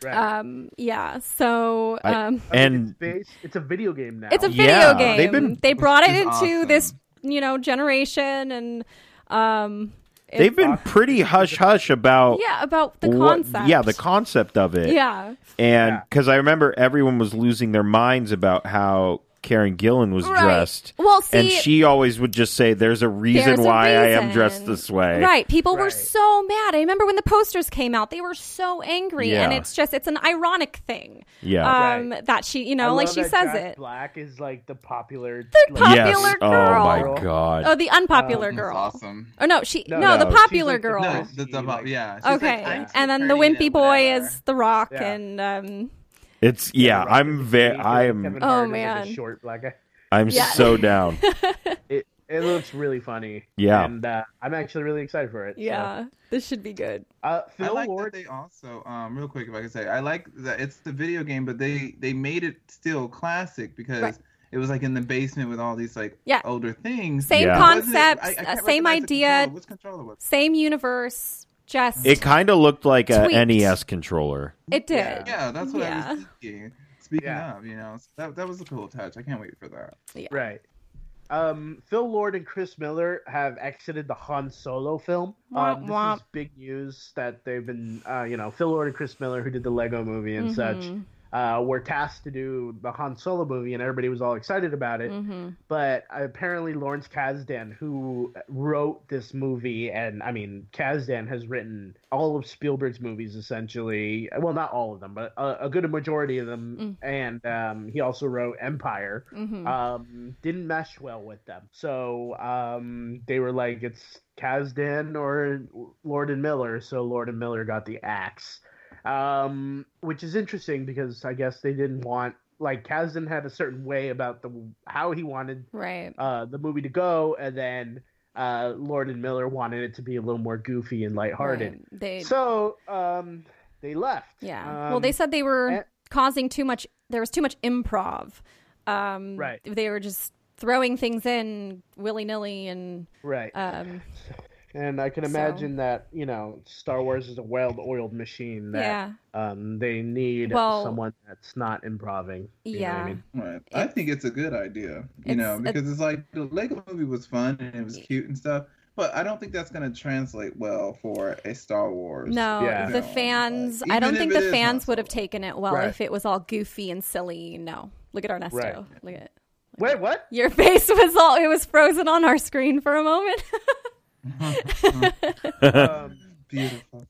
right.
Um, yeah. So
I-
um,
And
Based, it's a video game now.
it's a video
Yeah,
game.
they've been-
they brought it
is
into
awesome.
this, you know, generation and um it's-
they've been pretty hush hush about
yeah, about the
what-
concept.
yeah, the concept of it.
Yeah.
And
Yeah.
because I remember everyone was losing their minds about how Karen Gillan was
Right.
dressed.
Well, see,
and she always would just say, "There's a reason
There's a
why I am
reason.
dressed this way."
Right. People were
Right.
so mad. I remember when the posters came out, they were so angry. And
Yeah.
it's just, it's an ironic thing.
Yeah.
Um, That she, you
I
know, like
love
she
that
says
Jack
it.
Black is like the popular. like,
popular
yes. Oh
girl.
my god.
Oh, the unpopular
Um, That's
girl.
awesome.
Oh, no, she,
No,
no,
no,
the
she's
popular
like the
girl.
No,
She,
that's about
like-
yeah. she's like,
Okay.
"I'm
and then the
pretty and
wimpy boy
whatever."
is The Rock.
Yeah.
And, um,
It's yeah.
Rock
I'm
is
very.
amazing.
I
Kevin
am.
Oh,
Hart is, like, a
man.
short black guy.
I'm
Yeah.
so down.
It it looks really funny.
Yeah.
and uh, I'm actually really excited for it. so.
yeah, this should be good.
Uh,
I
Phil
like
Lord.
that they also, um, real quick, if I can say, I like that it's the video game, but they they made it still classic because
Right.
it was like in the basement with all these like
Yeah.
older things.
Same
Yeah.
Wasn't it-
concept,
I- I can't
uh,
recognize
same
the
idea,
controller. Which controller was?
same universe, just
It
it,
kind of looked like a
Tweaked.
NES controller.
did.
Yeah.
it? Yeah, that's what I was
Yeah.
thinking. Speaking
Yeah.
of, you know, so that that was a cool touch. I can't wait for that.
Right. Um, Phil Lord and Chris Miller have exited the Han Solo film.
Womp
um,
womp.
This is big news that they've been, uh, you know, Phil Lord and Chris Miller, who did the Lego movie and such,
Mhm.
uh, were tasked to do the Han Solo movie, and everybody was all excited about it.
Mhm.
But apparently, Lawrence Kasdan, who wrote this movie, and I mean, Kasdan has written all of Spielberg's movies essentially. Well, not all of them, but a, a good majority of them. And um, he also wrote Empire
Mhm.
um, didn't mesh well with them. So um, they were like, it's Kazdan or Lord and Miller. So Lord and Miller got the axe, um, which is interesting because I guess they didn't want like Kazdan had a certain way about the how he wanted
right.
uh, the movie to go, and then uh, Lord and Miller wanted it to be a little more goofy and lighthearted.
Right. They
So um, they left.
yeah. well,
Um,
they said they were
eh.
causing too much. There was too much improv. Um,
Right.
They were just throwing things in willy nilly and
right.
um,
And I can
So-
imagine that you know Star Wars is a well-oiled machine that
yeah,
um, they need
Well-
someone that's not improving. you know what
yeah.
I mean?
Right. I think it's a good idea, you
It's-
know,
it's-
because it's like the Lego movie was fun and it was cute and stuff, but I don't think that's going to translate well for a Star Wars.
No,
Yeah.
the
No,
fans.
like,
I
even
don't
if
think
it
the
is
fans
Han
would have
Solo.
taken it well
Right.
if it was all goofy and silly. No, look at Ernesto.
Right.
Look at
Wait, what?
your face was all. It was frozen on our screen for a moment.
um,
Beautiful,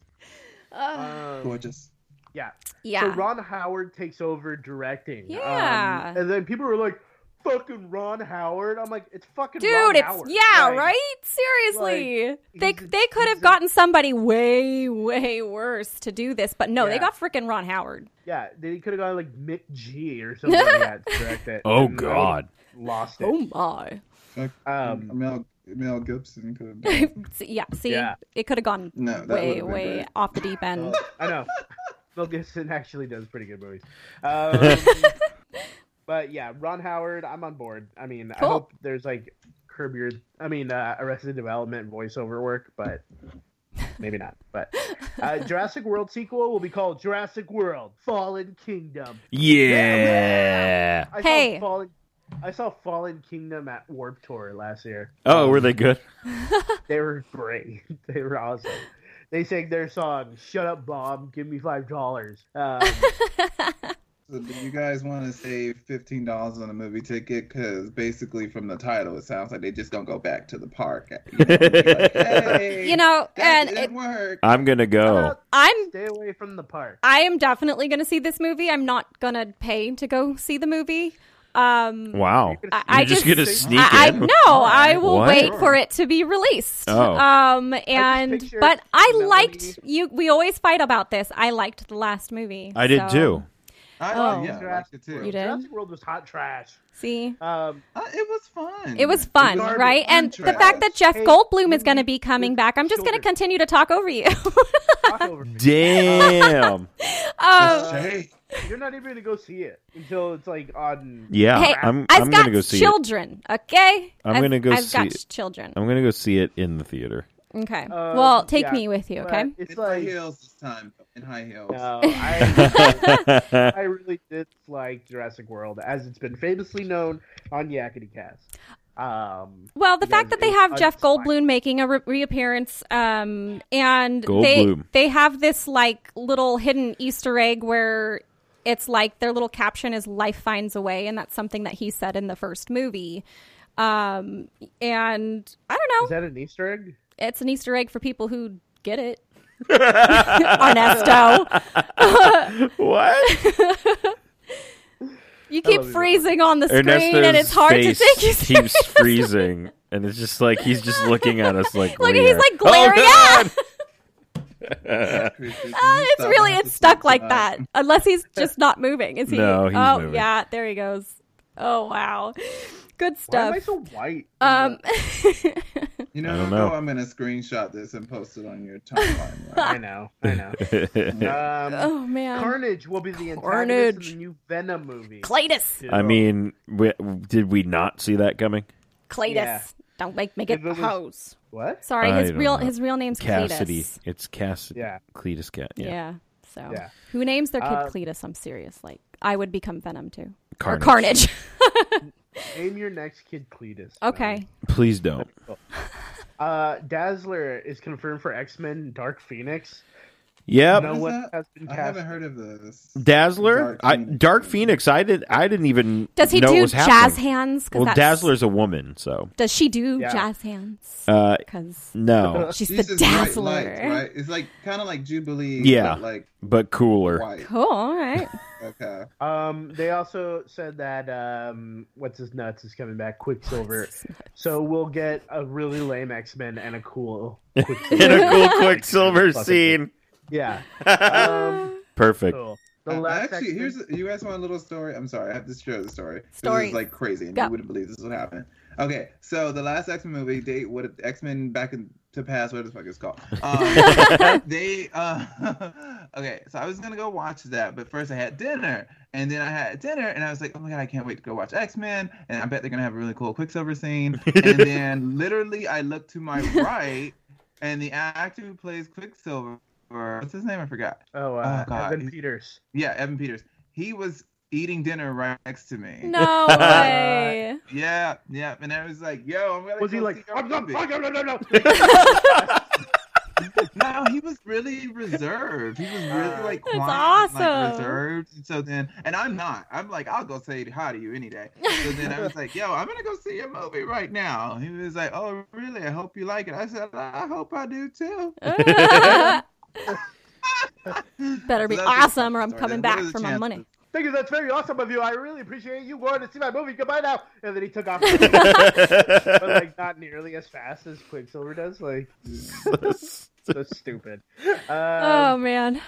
Uh,
um,
gorgeous.
yeah.
yeah.
So Ron Howard takes over directing. um,
Yeah.
and then people were like, "Fucking Ron Howard." I'm like, "It's fucking
Dude,
Ron
it's
Howard."
yeah,
Like,
right? Seriously. they
he's a-
they could
he's
have
a-
gotten somebody way way worse to do this, but no,
Yeah.
they got freaking Ron Howard.
Yeah, they could have gone like Mick G or something like that to direct it.
Oh
and I
God.
would've Lost it.
Oh my.
Like,
Um,
Mm, Mel Mel Gibson could have done.
See- yeah, see,
Yeah.
it could have gone
No, that
way
would've been
way
great.
off the deep end.
I know. Mel Gibson actually does pretty good movies. Um, but yeah, Ron Howard, I'm on board. I mean, I
Cool.
hope there's like curb your, I mean, uh, Arrested Development voiceover work, but maybe not. But uh, Jurassic World sequel will be called Jurassic World: Fallen Kingdom.
yeah.
I
Hey.
saw Fallen, I saw Fallen Kingdom at Warp Tour last year.
Oh, were they good?
They were great. They were awesome. They sang their song "Shut Up, Bob, Give Me Five Dollars." Um,
So do you guys want to save fifteen dollars on a movie ticket? Because basically, from the title, it sounds like they just don't go back to the park. You know, and be like, "Hey,
you know,
that
and
didn't
it,
work.
I'm gonna go.
I'm
Stay away from the park.
I am definitely going to see this movie. I'm not going to pay to go see the movie. Um
Wow.
I,
You're
I
just, gonna sneak
I, I
in.
no, I will
What?
wait
Sure.
for it to be released.
Oh.
Um and
picture
but I
Melanie-
liked you we always fight about this. I liked the last movie.
I did
so-
too.
I,
Oh.
yeah, I liked it too.
You did?
Jurassic World was hot trash.
See,
Um,
Uh, it was fun.
it was fun,
Garbage
right? And the
contrast.
fact that Jeff
Hey,
Goldblum is
you
going to be coming back, I'm just going to
children.
continue to talk over you.
talk over me.
Damn.
um,
Hey,
You're not even gonna go see it until it's like on.
Yeah,
hey,
I'm.
I've
I'm
got
gonna go see it.
children. Okay,
I'm
I've-
gonna go
I've got
see it.
children.
I'm gonna go see it in the theater.
Okay.
Um,
well, take
yeah,
me with you.
but
Okay.
It's
in high
like
heels this time. In high heels.
no, I, I really dislike Jurassic World as it's been famously known on Yakety Cast. Um,
Well, the
You guys
fact that they
are
have Jeff
unspied.
Goldblum making a re- reappearance, um, and
Goldblum.
they they have this like little hidden Easter egg where it's like their little caption is "Life finds a way," and that's something that he said in the first movie. Um, and I
is
don't know,
that an Easter egg?
it's an Easter egg for people who get it. Ernesto,
what?
you
love
keep
you, Ernesto.
freezing on the screen,
Ernesto's
and it's hard to
face
think. You
keeps freezing, and it's just like he's just looking at us like.
Look,
we
he's
are-
like glaring
Oh,
at. Uh, it's really it's stuck
Uh,
like that unless he's just not moving is he
No, he's
oh
moving.
yeah there he goes oh wow good
Why am I
stuff
so white?
um
You
I
know,
don't know.
I'm gonna screenshot this and post it on your timeline.
I know, I know.
no.
Um,
oh man
Carnage will be the antagonist
Carnage.
in the new Venom movie.
Cletus
I mean, we, did we not see that coming?
Cletus
Yeah.
don't make make it,
If it was-
hose
what?
sorry
I
his
don't
real
know.
his real name's
Cassidy.
Cletus
It's Cassidy.
Yeah.
Cletus Cat.
yeah,
Yeah.
so
Yeah.
who names their kid
Uh,
Cletus I'm serious like I would become Venom too
Carnage.
or Carnage
Name your next kid Cletus.
okay
Please don't.
Uh, Dazzler is confirmed for X Men Dark Phoenix.
Yep.
No
What is
one
that?
has been
I haven't
cast.
heard of this.
Dazzler,
Dark
I,
Phoenix.
Dark Phoenix. I did. I didn't even.
does he
know it
do
was
jazz
happening.
hands 'Cause
Well,
that's-
Dazzler's a woman, so
does she do
Yeah.
jazz hands
uh,
because
no,
she's
These
the
is bright
Dazzler
lights, right? It's like kind of like Jubilee.
Yeah.
But like
but cooler.
white.
cool all right
Okay.
Um, they also said that um, what's his nuts is coming back, Quicksilver. So we'll get a really lame X Men and a cool
In
Quicksilver.
a cool Quicksilver
Fucking-
scene.
yeah. Um,
Perfect.
cool.
I-
The
I
last
Uh, actually,
X-Men-
here's you guys want a little story. I'm sorry, I have to share the story. 'cause
Story.
This is like crazy, and
Go.
you wouldn't believe this would happen. Okay, so the last X Men movie, they what X Men Back in, to Past, whatever the fuck it's called. Um, they uh, okay, so I was gonna go watch that, but first I had dinner, and then I had dinner, and I was like, oh my god, I can't wait to go watch X Men, and I bet they're gonna have a really cool Quicksilver scene. and then literally, I looked to my right, and the actor who plays Quicksilver, what's his name? I forgot.
oh, uh,
Oh, God.
Evan Peters.
Yeah, Evan Peters. He was eating dinner right next to me.
No way.
Yeah, yeah. And I was like, yo, I'm gonna
Was
go
he
see
like?
your
"Um, um,
movie."
um, um, um, um,"
No, he was really reserved. He was really like
Uh, That's
quiet,
awesome.
like reserved. And so then and I'm not. I'm like, I'll go say hi to you any day. So then I was like, yo, I'm gonna go see your movie right now. He was like, Oh really? I hope you like it. I said, I hope I do too.
Better
So that's
be
just
awesome, or I'm
Sorry,
coming
what
back
are the
for my
chances?
money.
Thank you. That's very awesome of you. I really appreciate you going to see my movie. Goodbye now. And then he took off, but like not nearly as fast as Quicksilver does. Like so stupid.
oh
Um,
man,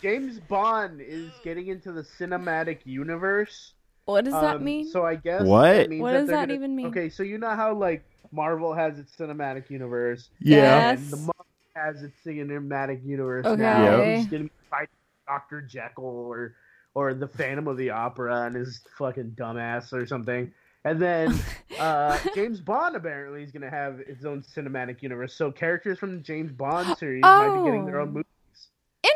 James Bond is getting into the cinematic universe.
what does that
Um,
mean?
So I guess
What?
that means
What does
they're
that
gonna-
even mean?
Okay, so you know how like Marvel has its cinematic universe,
yeah.
Yes.
and the Marvel has its cinematic universe
Okay.
now.
Yeah.
He's gonna be fighting Doctor Jekyll or or the Phantom of the Opera and his fucking dumbass or something. And then uh, James Bond apparently is gonna have its own cinematic universe. So characters from the James Bond series might be getting their
Oh.
own movie.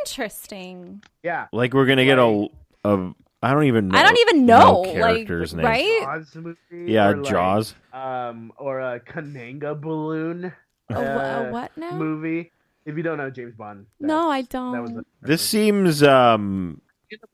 Interesting.
Yeah.
Like we're gonna get a, a I don't even know.
I don't even know,
no
like,
characters name.
right?
Jaws movie.
Yeah,
or, like,
Jaws.
um, or a Kananga balloon
A wha- a
uh,
what now?
movie. If you don't know James Bond,
no, I
that's-
don't.
That was a,
This seems um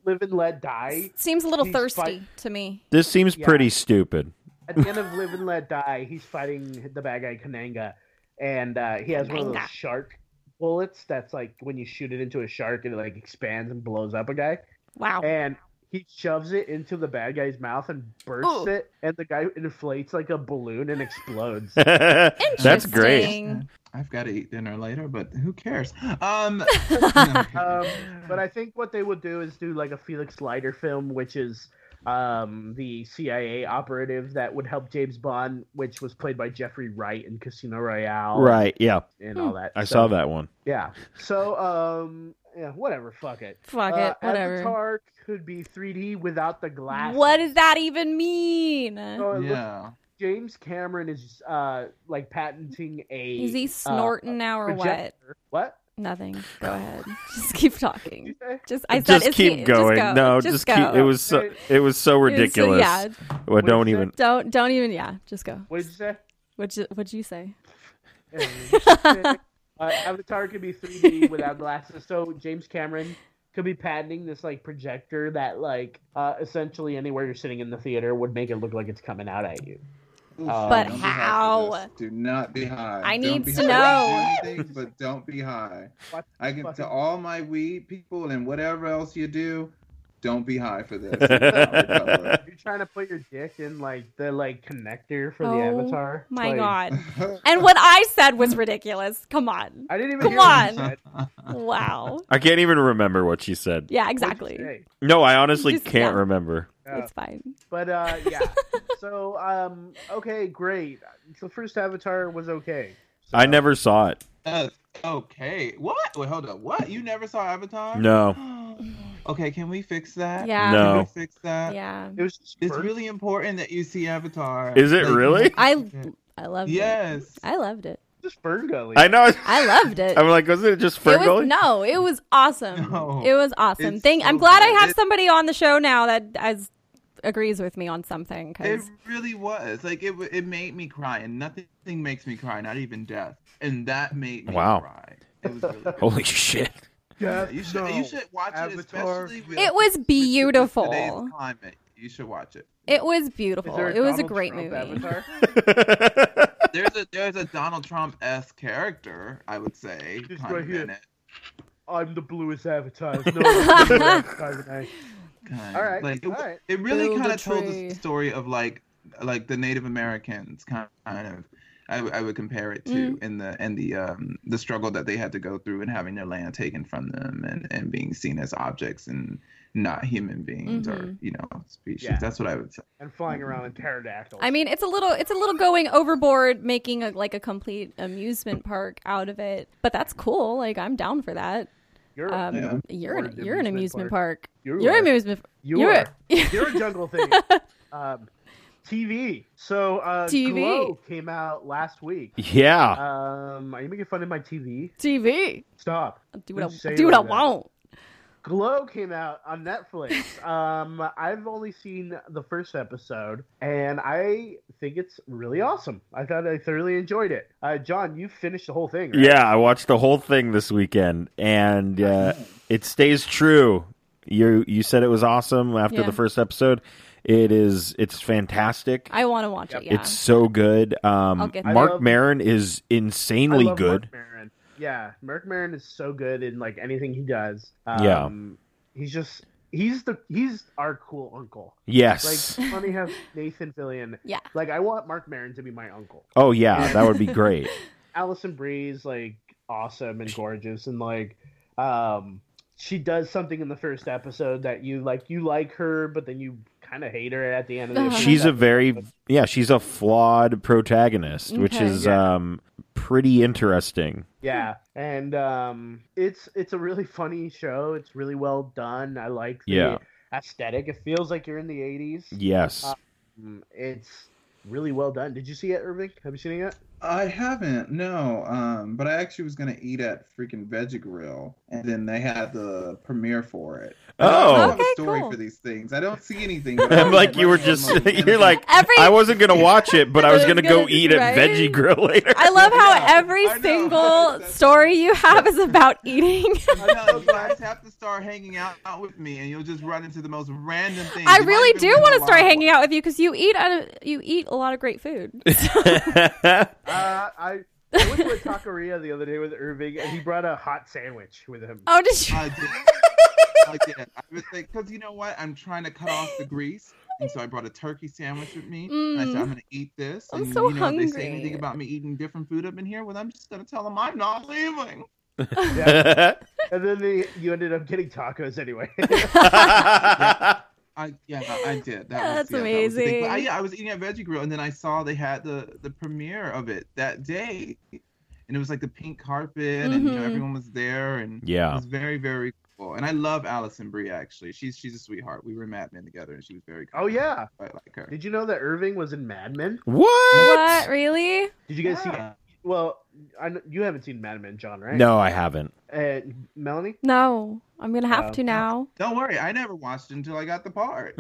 live and let die.
Seems a little
These
thirsty
fight-
to me.
this seems
Yeah.
pretty stupid.
At the end of Live and Let Die, he's fighting the bad guy Kananga, and uh, he has one of
Kananga.
those shark bullets that's like when you shoot it into a shark and it like expands and blows up a guy.
Wow.
And he shoves it into the bad guy's mouth and bursts
Ooh.
it, and the guy inflates like a balloon and explodes.
That's great.
Interesting.
I've got to eat dinner later, but who cares? Um,
Hmm.
no.
um, but I think what they would do is do like a Felix Leiter film, which is um, the CIA operative that would help James Bond, which was played by Jeffrey Wright in Casino Royale,
Right. Yeah.
and all that.
I
So,
saw that one.
Yeah. So, um, yeah, whatever. Fuck it.
Fuck
Uh,
it. Whatever.
Avatar could be 3D without the glass.
What does that even mean?
So it looks-
yeah.
James Cameron is uh, like patenting a.
Is he
uh,
snorting now or what?
projector. What?
Nothing. Go ahead. Just keep
Did you
talking.
say?
Just I said,
just
is
keep
he-
going.
Just go.
No,
just,
just,
go.
keep. It was so, it was so
It was so-
ridiculous.
yeah,
Well, don't
Wait,
even.
don't don't even. Yeah, just go.
What did you say?
What'd you, what'd you say?
uh, Avatar could be 3D without glasses. So James Cameron could be patenting this like projector that like uh, essentially anywhere you're sitting in the theater would make it look like it's coming out at you.
Um,
Uh,
But
Don't be high for
how?
this. Do not be high.
I
Don't
need
be
to
high. Do anything, but don't be high.
What
I give
fucking-
to all my weed people and whatever else you do. Don't be high for this. You'll not recover.
You're trying to put your dick in like the like connector for
Oh,
the Avatar.
My
Like,
God. And what I said was ridiculous. Come on.
I didn't even
Come
hear what you
on.
said.
Wow.
I can't even remember what she said.
Yeah,
What'd you
exactly.
say?
No, I honestly
Just-
can't
yeah.
remember.
Yeah.
It's fine.
But uh, yeah. so um, okay, great. The first Avatar was okay. So-
I never saw it.
Uh, okay. What? Wait, hold up. What? You never saw Avatar?
No.
okay, can we fix that?
Yeah.
Can we
No.
fix that?
Yeah.
It was just
It's
burnt.
really important that you see Avatar.
Is it really?
I I loved it.
Yes.
I loved it.
just burn gully.
I know.
I loved it.
I'm like, wasn't it just
It
Fergal?
was, no, it was awesome.
No.
it was awesome.
It's
Thank. I'm
so
glad I
good.
have
It-
somebody on the show now that as agrees with me on something.
It
Cause
really was. Like it. w- It made me cry, and nothing makes me cry, not even death. And that made me
Wow. Oh.
cry. It was really
Holy shit!
Yeah, you should you should watch
Avatar.
it, especially with
it was
with
beautiful.
Today's climate, you should watch it.
It was beautiful. It was a great movie.
There's a there's a Donald Trump esque character, I would say,
Just
kind
right
of
here.
in it.
I'm the bluest avatar. No, I'm the bluest avatar.
Kind
All right,
Like, it,
all right.
it really
Build a
kind of told the
tree.
s- story of like like the Native Americans, kind of. I, w- I would compare it to
Mm-hmm.
in the in the um the struggle that they had to go through and having their land taken from them and and being seen as objects and not human beings or
Mhm.
you know species.
Yeah.
That's what I would say.
and flying around in pterodactyls.
I mean, it's a little it's a little going overboard, making a, like a complete amusement park out of it. But that's cool. Like I'm down for that.
you're,
Um,
Yeah.
You're
Or
an,
an
you're an
amusement
amusement park.
You
You're
are.
an amusement.
you
you're
are
a-
you're a jungle thing. um, TV. So uh,
TV.
Glow came out last week.
Yeah,
Um, are you making fun of my TV?
TV.
Stop.
I'll do what
Don't say
I do what I
like that.
want.
Glow came out on Netflix. Um, I've only seen the first episode, and I think it's really awesome. I thought I thoroughly enjoyed it. Uh, John, you finished the whole thing, right?
yeah. I watched the whole thing this weekend, and uh, it stays true. You you said it was awesome after
Yeah.
the first episode. It is. It's fantastic.
I want to watch it. Yeah.
It's so good.
I'll
Um,
get
Mark
that.
Maron is
I
insanely
love
good.
Mark Maron. Yeah, Mark Maron is so good in like anything he does. Um, he's just he's the he's our cool uncle. Like
Yes.
funny how Nathan Fillion.
Yeah.
Like I want Mark Maron to be my uncle.
oh yeah, that would be great.
Allison Bree's like awesome and gorgeous and like um she does something in the first episode that you like you like her but then you kind of hate her at the end of the
Uh-huh.
first
she's a
episode.
very yeah she's a flawed protagonist which
Okay.
is
Yeah.
um pretty interesting
yeah and um it's it's a really funny show it's really well done i like the
Yeah.
aesthetic it feels like you're in the 80s
yes
Uh, Mm, it's really well done did you see it irving have you seen it yet
I haven't, no. Um, but I actually was gonna eat at freaking Veggie Grill, and then they had the premiere for it. I
Oh.
don't have
Okay,
a story
cool.
for these things. I don't see anything. but I
i'm
was
like you were
running
just
along and
you're
I'm
like
Every
i wasn't gonna watch it but i was
I was
gonna
gonna
go
do-
eat at
right?
veggie grill later
I love how
Yeah,
every
I know.
single
That's-
story you have is about eating.
I know, you guys have to start hanging out, out with me, and you'll just run into the most random things.
I really do want to start hanging out with you because you eat a, you eat a lot of great food.
uh i I went to a taqueria the other day with Irving, and he brought a hot sandwich with him.
Oh, did you?
I did. I did. I was like, because you know what? I'm trying to cut off the grease. And so I brought a turkey sandwich with me. And I said, I'm going to eat this.
Mm. I'm
and,
so
you know, if they say anything
hungry.
about me eating different food up in here, well, I'm just going to tell them I'm not leaving.
Yeah. and then they, you ended up getting tacos anyway.
I yeah, I did. That
That's
was, yeah, that was the thing. But I,
amazing.
yeah, I was eating at Veggie Grill, and then I saw they had the the premiere of it that day, and it was like the pink carpet, and you know
Mhm.
everyone was there, and it
yeah.
was very very cool. And I love Alison Brie actually. She's she's a sweetheart. We were Mad Men together, and she was very. Cool.
oh yeah.
I like her.
Did you know that Irving was in Mad Men?
What?
What? Really?
Did you guys
Yeah.
see? Well, I, kn- you haven't seen Mad Men, John, right?
No, I haven't.
Uh, Melanie.
No, I'm gonna have
Oh.
to now.
Don't worry, I never watched it until I got the part.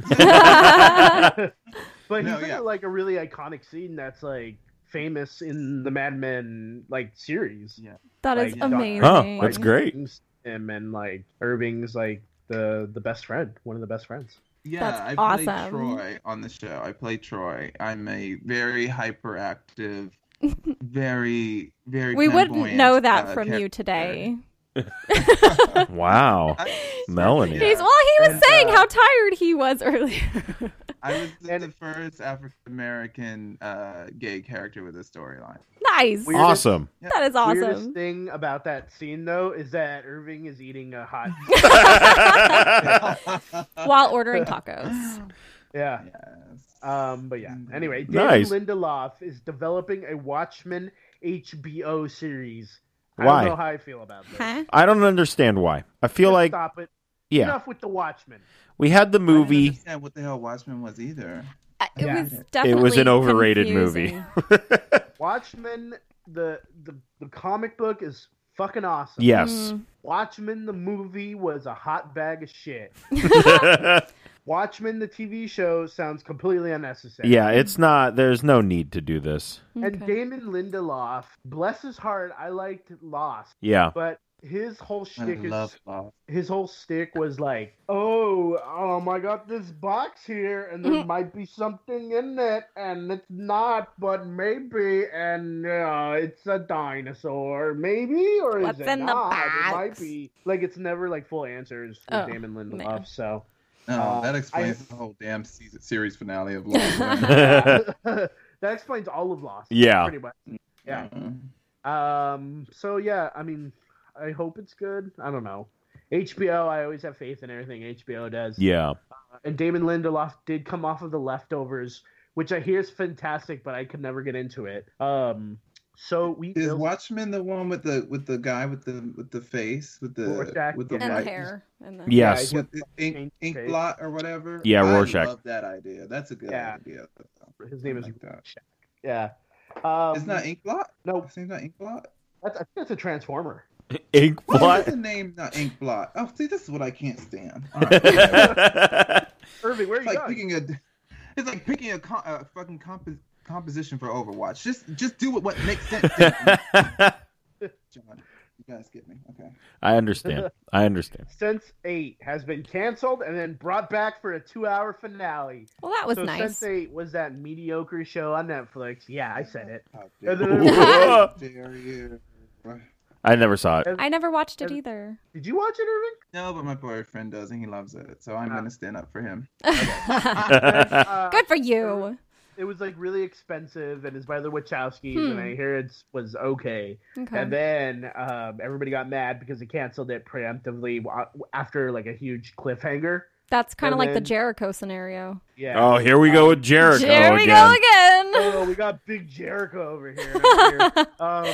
But
No,
he's in
yeah.
like a really iconic scene that's like famous in the Mad Men like series.
That is
Like, Dr.
amazing.
Huh, that's
Like,
great.
Him and like Irving's like the the best friend, one of the best friends.
Yeah,
That's
I played
awesome.
Troy on the show. I play Troy. I'm a very hyperactive, very very.
We wouldn't
flamboyant,
know that
uh,
from you
character.
today.
Wow.
I-
Melanie.
Yeah.
He's well. He was
And,
saying
uh,
how tired he was earlier.
I was the,
And-
the first African American uh, gay character with a storyline.
nice.
Weird.
Awesome.
That is
Weirdest
awesome.
thing about that scene though is that Irving is eating a hot.
While ordering tacos.
yeah.
Yes.
Um. But yeah. Anyway, David
Nice.
Lindelof is developing a Watchmen HBO series. I
Why?
don't know how I feel about this.
Huh?
I don't understand why. I feel
Just
like
stop it.
yeah,
Enough with the Watchmen.
we had the
I didn't
movie.
understand what the hell Watchmen was either.
Uh, It
Yeah.
was
It was
definitely Mm-hmm.
an overrated
confusing.
Watchmen, the the the comic book is fucking awesome.
Yes.
Watchmen the movie was a hot bag of shit. Watchmen the TV show sounds completely unnecessary.
yeah, it's not. There's no need to do this.
Mm,
And
okay.
Damon Lindelof, bless his heart, I liked Lost,
Yeah.
but his whole
I
shtick is
love Lost.
his whole stick was like, oh, um, I got this box here, and
Mm-hmm.
there might be something in it, and it's not, but maybe, and uh, it's a dinosaur, maybe, or
What's
is it
in the
not? It might
box?
be. Like, it's never like full answers with
Oh,
Damon Lindelof.
man.
So,
No,
Uh,
Oh, that
I-
explains the whole damn season, series finale of Lost.
that explains all of Lost.
Yeah.
pretty much. Yeah. Um. So yeah, I mean, I hope it's good. I don't know. HBO, I always have faith in everything HBO does.
yeah.
and Damon Lindelof did come off of the leftovers, which I hear is fantastic, but I could never get into it. Um, so we
Is
built-
Watchmen the one with the with the guy with the with the face with the
Rorschach,
with the
yeah.
And
white-
hair. And the...
Yeah,
Yes.
I-
with the ink,
Change
ink
face.
blot or whatever?
Yeah,
I
Rorschach.
love that idea. That's a good
Yeah.
idea.
his name is
Like that.
yeah. Um,
It's not ink blot.
no.
His name's not ink blot.
That's, I think that's a transformer.
Ink
Why is
blot.
the name not ink blot? Oh, see, this is what I can't stand. All right, whatever.
Irving, where are
it's
you
like
going?
picking a, it's like picking a, co- a fucking compo- composition for Overwatch. Just, just do what, what makes sense. John, you guys get me? Okay.
I understand. I understand.
Sense Eight has been canceled and then brought back for a two-hour finale.
Well, that was
so
nice.
Sense Eight was that mediocre show on Netflix. Yeah, I said it.
How
No,
dare,
no, no,
you.
no.
How dare you?
I never saw it.
I never watched it
And-
either.
Did you watch it, Irving?
No, but my boyfriend does, and he loves it, so I'm
Ah.
gonna stand up for him.
Uh,
Good for you.
It was like really expensive, and it's by the Wachowskis,
Hmm.
and I hear it was okay.
Okay.
And then um, everybody got mad because they canceled it preemptively wa- after like a huge cliffhanger.
That's kind
and
of like the
then-
Jericho scenario.
Yeah.
Oh, here we go with Jericho
Here we go
again.
again.
Oh, we got Big Jericho over here. and over here. um,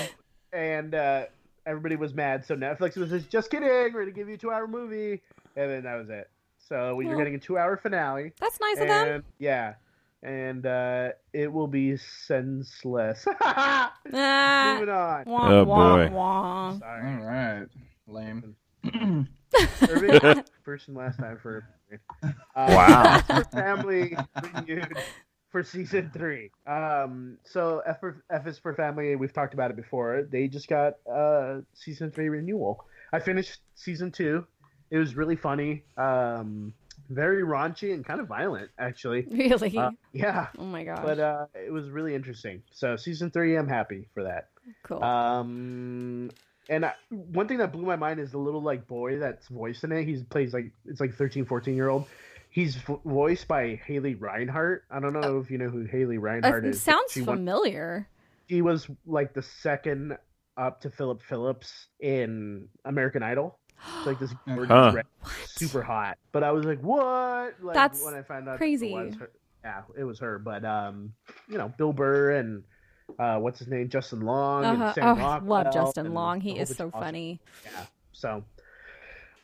and uh, everybody was mad, so Netflix was just, just kidding. We're gonna give you a two-hour movie, and then that was it. So we are
Well.
getting a two-hour finale.
That's nice of them.
And, yeah, and uh, it will be senseless.
Ah.
Moving on.
Wah,
Oh,
wah,
boy.
wah.
All
Sorry.
right, lame.
Irving, first and last time for uh,
Wow.
F for family renewed for season three. Um, so F, for, F is for family. We've talked about it before. They just got uh season three renewal. I finished season two. It was really funny. Um, very raunchy and kind of violent, actually.
Really?
Uh, Yeah,
oh my gosh.
but uh, it was really interesting. So season three, I'm happy for that.
cool.
uh, Um, and I, one thing that blew my mind is the little like boy that's voicing it. He plays like it's like 13, 14 year old. He's vo- voiced by Haley Reinhart. I don't know if you know who Haley Reinhart
Oh. That
is. but
sounds
she won-
familiar.
she was like the second up to Philip Phillips in American Idol. It's like this gorgeous
Huh.
red-
What?
super hot. But I was like, what? Like
That's
when I found out it
crazy.
was her- Yeah, it was her. But um, you know, Bill Burr and uh, what's his name, Justin Long.
Uh-huh.
And Sam
Oh, I
Rockwell
love Justin
and
Long.
a
He
whole
is
bunch
so
of awesome-
funny.
Yeah. So,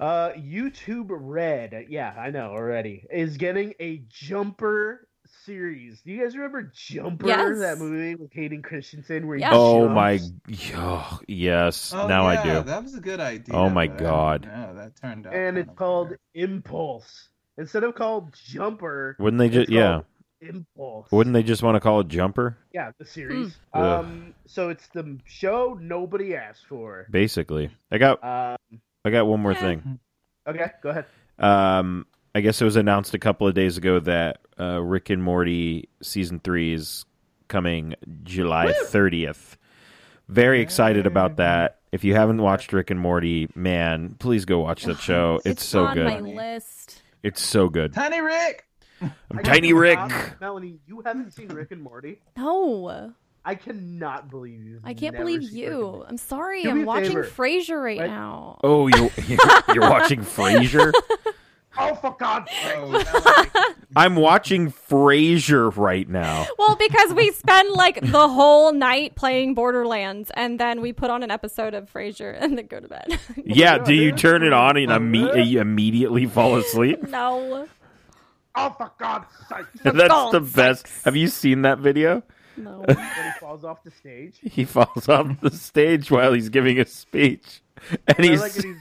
uh, YouTube Red. Yeah, I know already is getting a jumper series. Do you guys remember Jumper?
Yes.
That movie with Hayden Christensen where he
Yeah.
Oh
jumps?
my. Oh, yes.
Oh,
now I
yeah,
do.
That was a good idea.
Oh my
but I
God.
don't know, that turned out.
and
kind
it's
of
called
weird.
Impulse. Instead of called Jumper,
Wouldn't they just?
It's
Yeah.
called- Impulse.
Wouldn't they just want to call it jumper?
Yeah, the series.
Hmm.
Um, so it's the show nobody asked for.
Basically, I got.
Um,
I got one more
Yeah.
thing.
okay, go ahead.
Um, I guess it was announced a couple of days ago that uh, Rick and Morty season three is coming July thirtieth. Very excited about that. If you haven't watched Rick and Morty, man, please go watch that show. It's, so
on
good.
my list.
It's so good.
Tiny Rick.
I'm
I got
Tiny
some
Rick.
thoughts. Melanie, you haven't seen Rick and Morty.
No,
I cannot believe you.
I can't believe you. I'm sorry.
Do me
I'm
a
watching
favor.
Frasier right
Right?
now.
Oh, you you're watching Frasier?
Oh, for God's sake!
Oh, that was-
I'm watching Frasier right now.
Well, because we spend like the whole night playing Borderlands, and then we put on an episode of Frasier and then go to bed.
Yeah, do you turn it on and imme- you immediately fall asleep?
no,
Oh, for God's sake!
That's the
God's
best. Have you seen that video?
no.
when he falls off the stage,
He falls off the stage while he's giving a speech, and
I
he's
like it, he's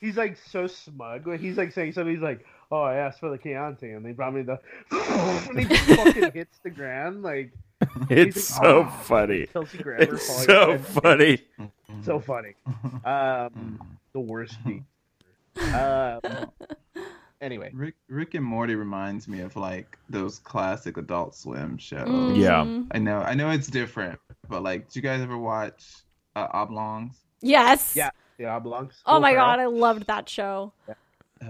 he's like so smug. when He's like saying something. He's like, "Oh, I asked for the Chianti, and they brought me the," and he just fucking hits the ground like
it's
he's
so
like, "Oh."
funny.
Kelsey Grammer.
It's
falling
so
off the stage.
funny.
so funny.
Mm-hmm.
Um, the worst beat. Um, anyway,
Rick, Rick and Morty reminds me of like those classic Adult Swim shows.
Yeah.
Mhm.
I know, I know it's different, but like, do you guys ever watch uh, Oblongs?
Yes.
yeah, the oblongs.
Oh my
Will Ferrell.
god, I loved that show.
That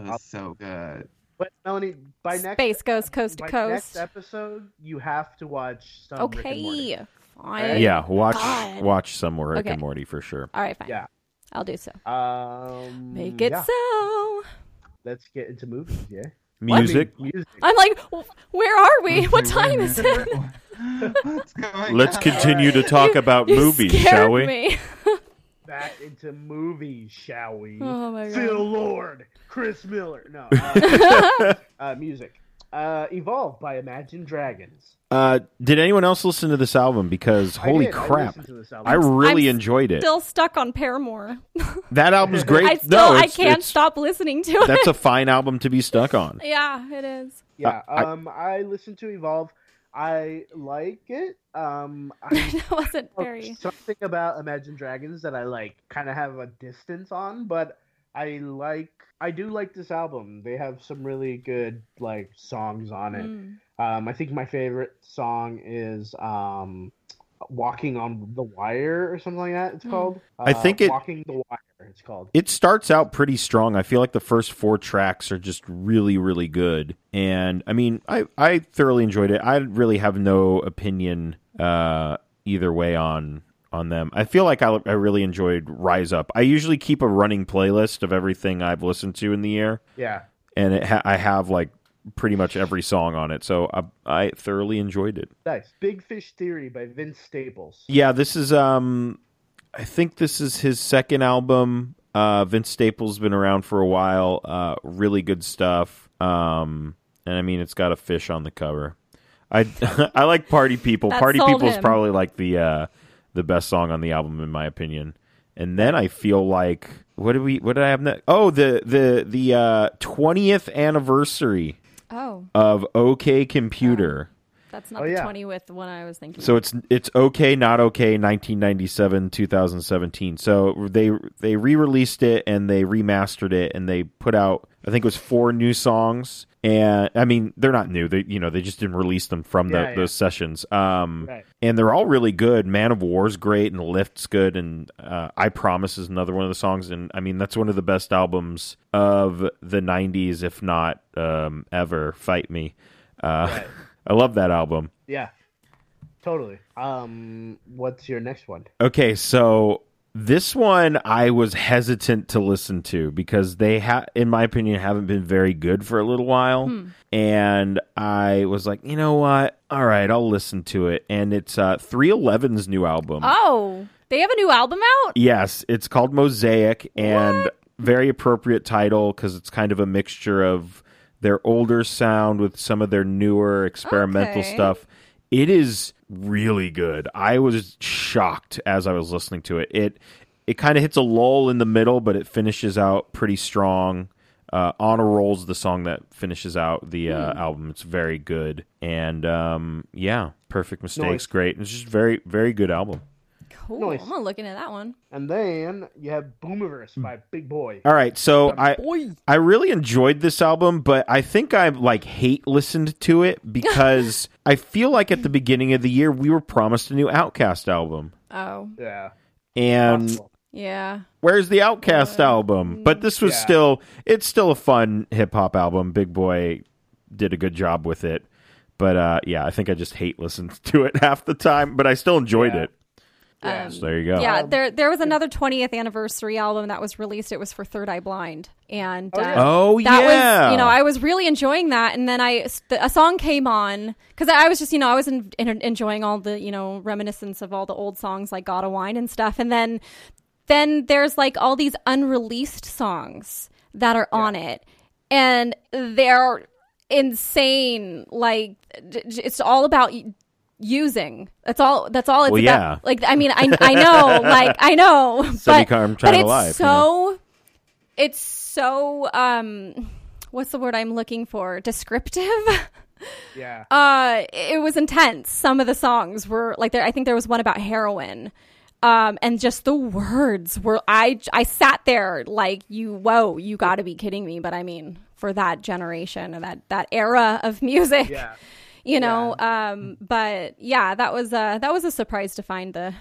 was so good.
But Melanie, by next
Space Ghost Coast to
by
Coast.
next episode, you have to watch some Rick and Morty.
Okay. Fine.
Yeah, watch
God.
watch some Rick
Okay.
and Morty for sure.
All right, fine.
Yeah.
I'll do so.
Um,
Make it
yeah,
so.
Let's get into movies. Yeah,
Music.
I mean, music.
I'm like, "Wh- where are we? What time is it?
What's going
Let's
on?
continue to talk about
You
movies,
scared
shall we?
me.
Back into movies, shall we?
Oh my
Phil
god.
Lord, Chris Miller. No, uh, uh, music. Uh, Evolved by Imagine Dragons.
Uh, did anyone else listen to this album? Because
I
holy
did, I
crap,
listened to this album.
I really
I'm
enjoyed it.
Still stuck on Paramore.
That album's great.
I still
no,
I
it's-
can't
it's-
stop listening to it.
That's a fine album to be stuck on.
yeah, it is.
Yeah,
I- I-
um, I listened to Evolve. I like it. Um, I
that wasn't very.
something about Imagine Dragons that I like, kind of have a distance on, but I like. I do like this album. They have some really good like songs on it.
Mm.
Um, I think my favorite song is um, "Walking on the Wire" or something like that. It's
Hmm.
called.
I
Uh,
think it-
"Walking the Wire." It's called.
It starts out pretty strong. I feel like the first four tracks are just really, really good. And I mean, I, I thoroughly enjoyed it. I really have no opinion uh, either way on on them. I feel like I, I really enjoyed Rise Up. I usually keep a running playlist of everything I've listened to in the year,
Yeah.
and it ha- I have like pretty much every song on it. So I, I thoroughly enjoyed it.
Nice. Big Fish Theory by Vince Staples.
Yeah, this is um I think this is his second album. Uh Vince Staples been around for a while. Uh really good stuff. Um and I mean it's got a fish on the cover. I I like Party People.
That
Party
sold
People is
him.
probably like the uh the best song on the album in my opinion. And then I feel like what did we what did I have next? Oh, the the the uh 20th anniversary
Oh,
of OK Computer.
That's not
Oh,
the
yeah.
20 with the one I was thinking.
So it's it's okay, not okay. 1997, 2017. So they they re-released it and they remastered it and they put out I think it was four new songs. And I mean, they're not new. They you know they just didn't release them from the,
Yeah, yeah.
those sessions. Um,
Right.
and they're all really good. Man of War's great and Lift's good and uh, I Promise is another one of the songs. And I mean, that's one of the best albums of the 90s, if not um, ever. Fight Me. Uh,
Right.
I love that album.
Yeah. Totally. Um, what's your next one?
Okay, so this one I was hesitant to listen to because they ha in my opinion haven't been very good for a little while and I was like, "You know what? All right, I'll listen to it." And it's uh 311's new album.
oh, they have a new album out?
Yes, it's called Mosaic and very appropriate title cuz it's kind of a mixture of their older sound with some of their newer experimental
Okay.
stuff. It is really good. I was shocked as I was listening to it. It it kind of hits a lull in the middle, but it finishes out pretty strong. Uh, Honor Rolls the song that finishes out the uh, album. It's very good, and um, yeah, Perfect Mistakes,
Nice.
great. It's just very, very good album.
Cool.
Nice.
I'm going to look into that one.
And then you have Boomiverse by Big Boy.
All right, so I
Boy.
I really enjoyed this album, but I think I like hate listened to it because I feel like at the beginning of the year we were promised a new Outcast album.
Oh,
Yeah.
And
Possible.
yeah.
where's the Outcast album? But this was
Yeah.
still it's still a fun hip hop album. Big Boy did a good job with it. But uh, yeah, I think I just hate listened to it half the time, but I still enjoyed
Yeah.
it.
Yeah.
Um,
So there you go.
Yeah, there there was another 20th anniversary album that was released. It was for Third Eye Blind, and
Oh,
uh,
yeah.
Oh
that
yeah.
was you know I was really enjoying that. And then I a song came on because I was just you know I was in, in- enjoying all the you know reminiscence of all the old songs like "Gotta Wine" and stuff. And then then there's like all these unreleased songs that are on it, and they're insane. Like d- d- it's all about y- using. That's all. That's all. It's
Well,
about.
yeah.
Like I mean, I I know. like I know. But,
Semicolon
but
China
it's
Live, you
so. It's so. Um, what's the word I'm looking for? Descriptive.
Yeah.
uh it was intense some of the songs were like there i think there was one about heroin um and just the words were i i sat there like you whoa you gotta be kidding me but i mean for that generation or that that era of music
Yeah.
you know um but yeah that was uh that was a surprise to find the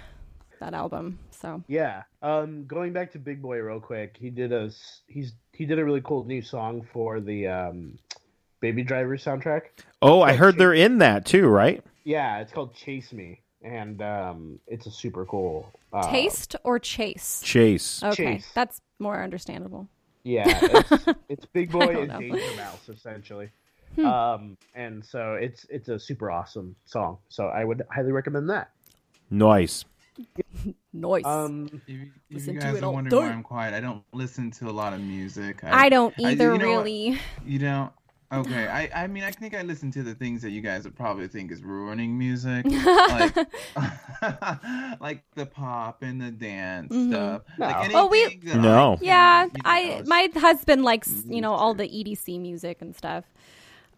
that album so
Yeah. Um, going back to Big Boy real quick, he did a s- he's he did a really cool new song for the um, Baby Driver soundtrack.
oh, I heard they're in that too, right?
Yeah, it's called Chase Me, and um, it's a super cool uh,
taste or chase
Chase.
okay
Chase.
that's more understandable
Yeah, it's, it's Big Boy
don't
is
know. Hmm.
Danger Mouse essentially, um, and so it's it's a super awesome song. So I would highly recommend that.
Nice.
noise
Um,
If, you- if
Listen
you
to
guys
it
are
all
wondering why
day.
I'm quiet, I don't listen to a lot of music.
i don't
I-
either
you know what?
really
You don't. Okay, I, I mean I think I listen to the things that you guys would probably think is ruining music, like like the pop and the dance
Mhm.
stuff. Like
Well, we-
anything that I
No.
can,
Yeah,
you know,
I
s-
my husband likes you know all
Music.
the EDC music and stuff.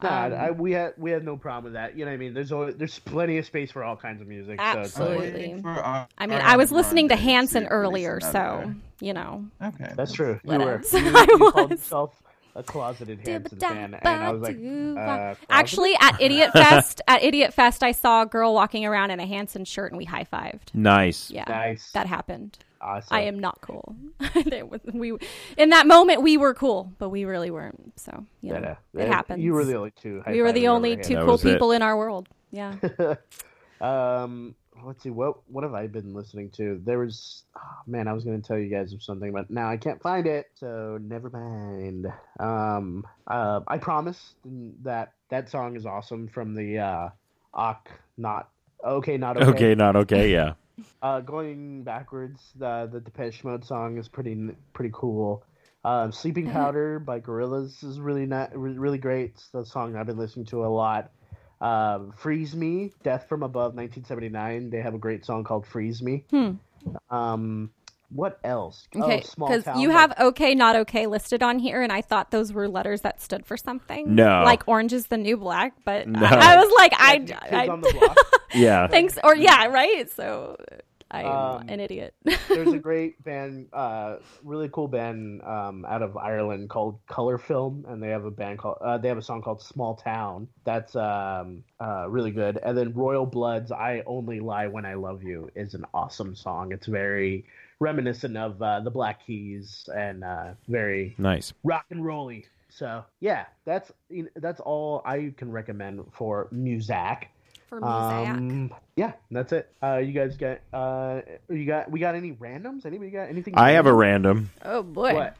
nah,
Um,
I, we had we had no problem with that. You know what I mean? There's always, there's plenty of space for all kinds of music. So it's
I
like,
Absolutely.
think for our-
I mean,
our
I was
Ron
listening to
Day
Hanson
too, at least
earlier,
another
so
day.
you know.
okay,
That's true. You
What
were.
else?
You,
I
you called
was.
yourself a closeted Hanson fan, and I was like, uh,
Actually, at Idiot Fest, at Idiot Fest, I saw a girl walking around in a Hanson shirt, and we high fived.
Nice.
Yeah,
Nice.
that happened.
awesome.
I am not cool. There was- we in that moment we were cool, but we really weren't. So you know,
Yeah,
it
yeah.
happens.
uh, You were the only two.
we were the only two
That
cool
was it.
people in our world. Yeah.
two. Um, let's see. What what have I been listening to? There was. Oh, man, I was going to tell you guys of something, but now I can't find it. So never mind. Um, uh, I promise that that song is awesome from the uh, Ock Not. Okay, not okay.
Okay, not okay. Yeah.
Uh, going backwards, the the Depeche Mode song is pretty pretty cool. Um,
Mhm.
Sleeping Powder by Gorillaz is really not really great. It's the song I've been listening to a lot. Um, Freeze Me, Death from Above, 1979. They have a great song called Freeze Me.
Hmm.
Um, What else? oh,
Okay,
small
because
town,
you
but-
have okay, not okay listed on here, and I thought those were letters that stood for something.
No.
like orange is the new black. But
No.
I, I was like, I,
Kids on the
I
block.
Yeah.
thanks or yeah, right. So I'm
Um,
an idiot.
There's a great band, uh, really cool band um, out of Ireland called Color Film, and they have a band called uh, they have a song called Small Town that's um, uh, really good. And then Royal Bloods, I Only Lie When I Love You is an awesome song. It's very reminiscent of uh, the Black Keys and uh, very
nice.
rock and rolly. So yeah, that's you know, that's all I can recommend for Muzak.
For
Um, yeah, that's it. Uh, you guys got uh, you got we got any randoms? Anybody got anything?
I have a random.
oh boy.
What?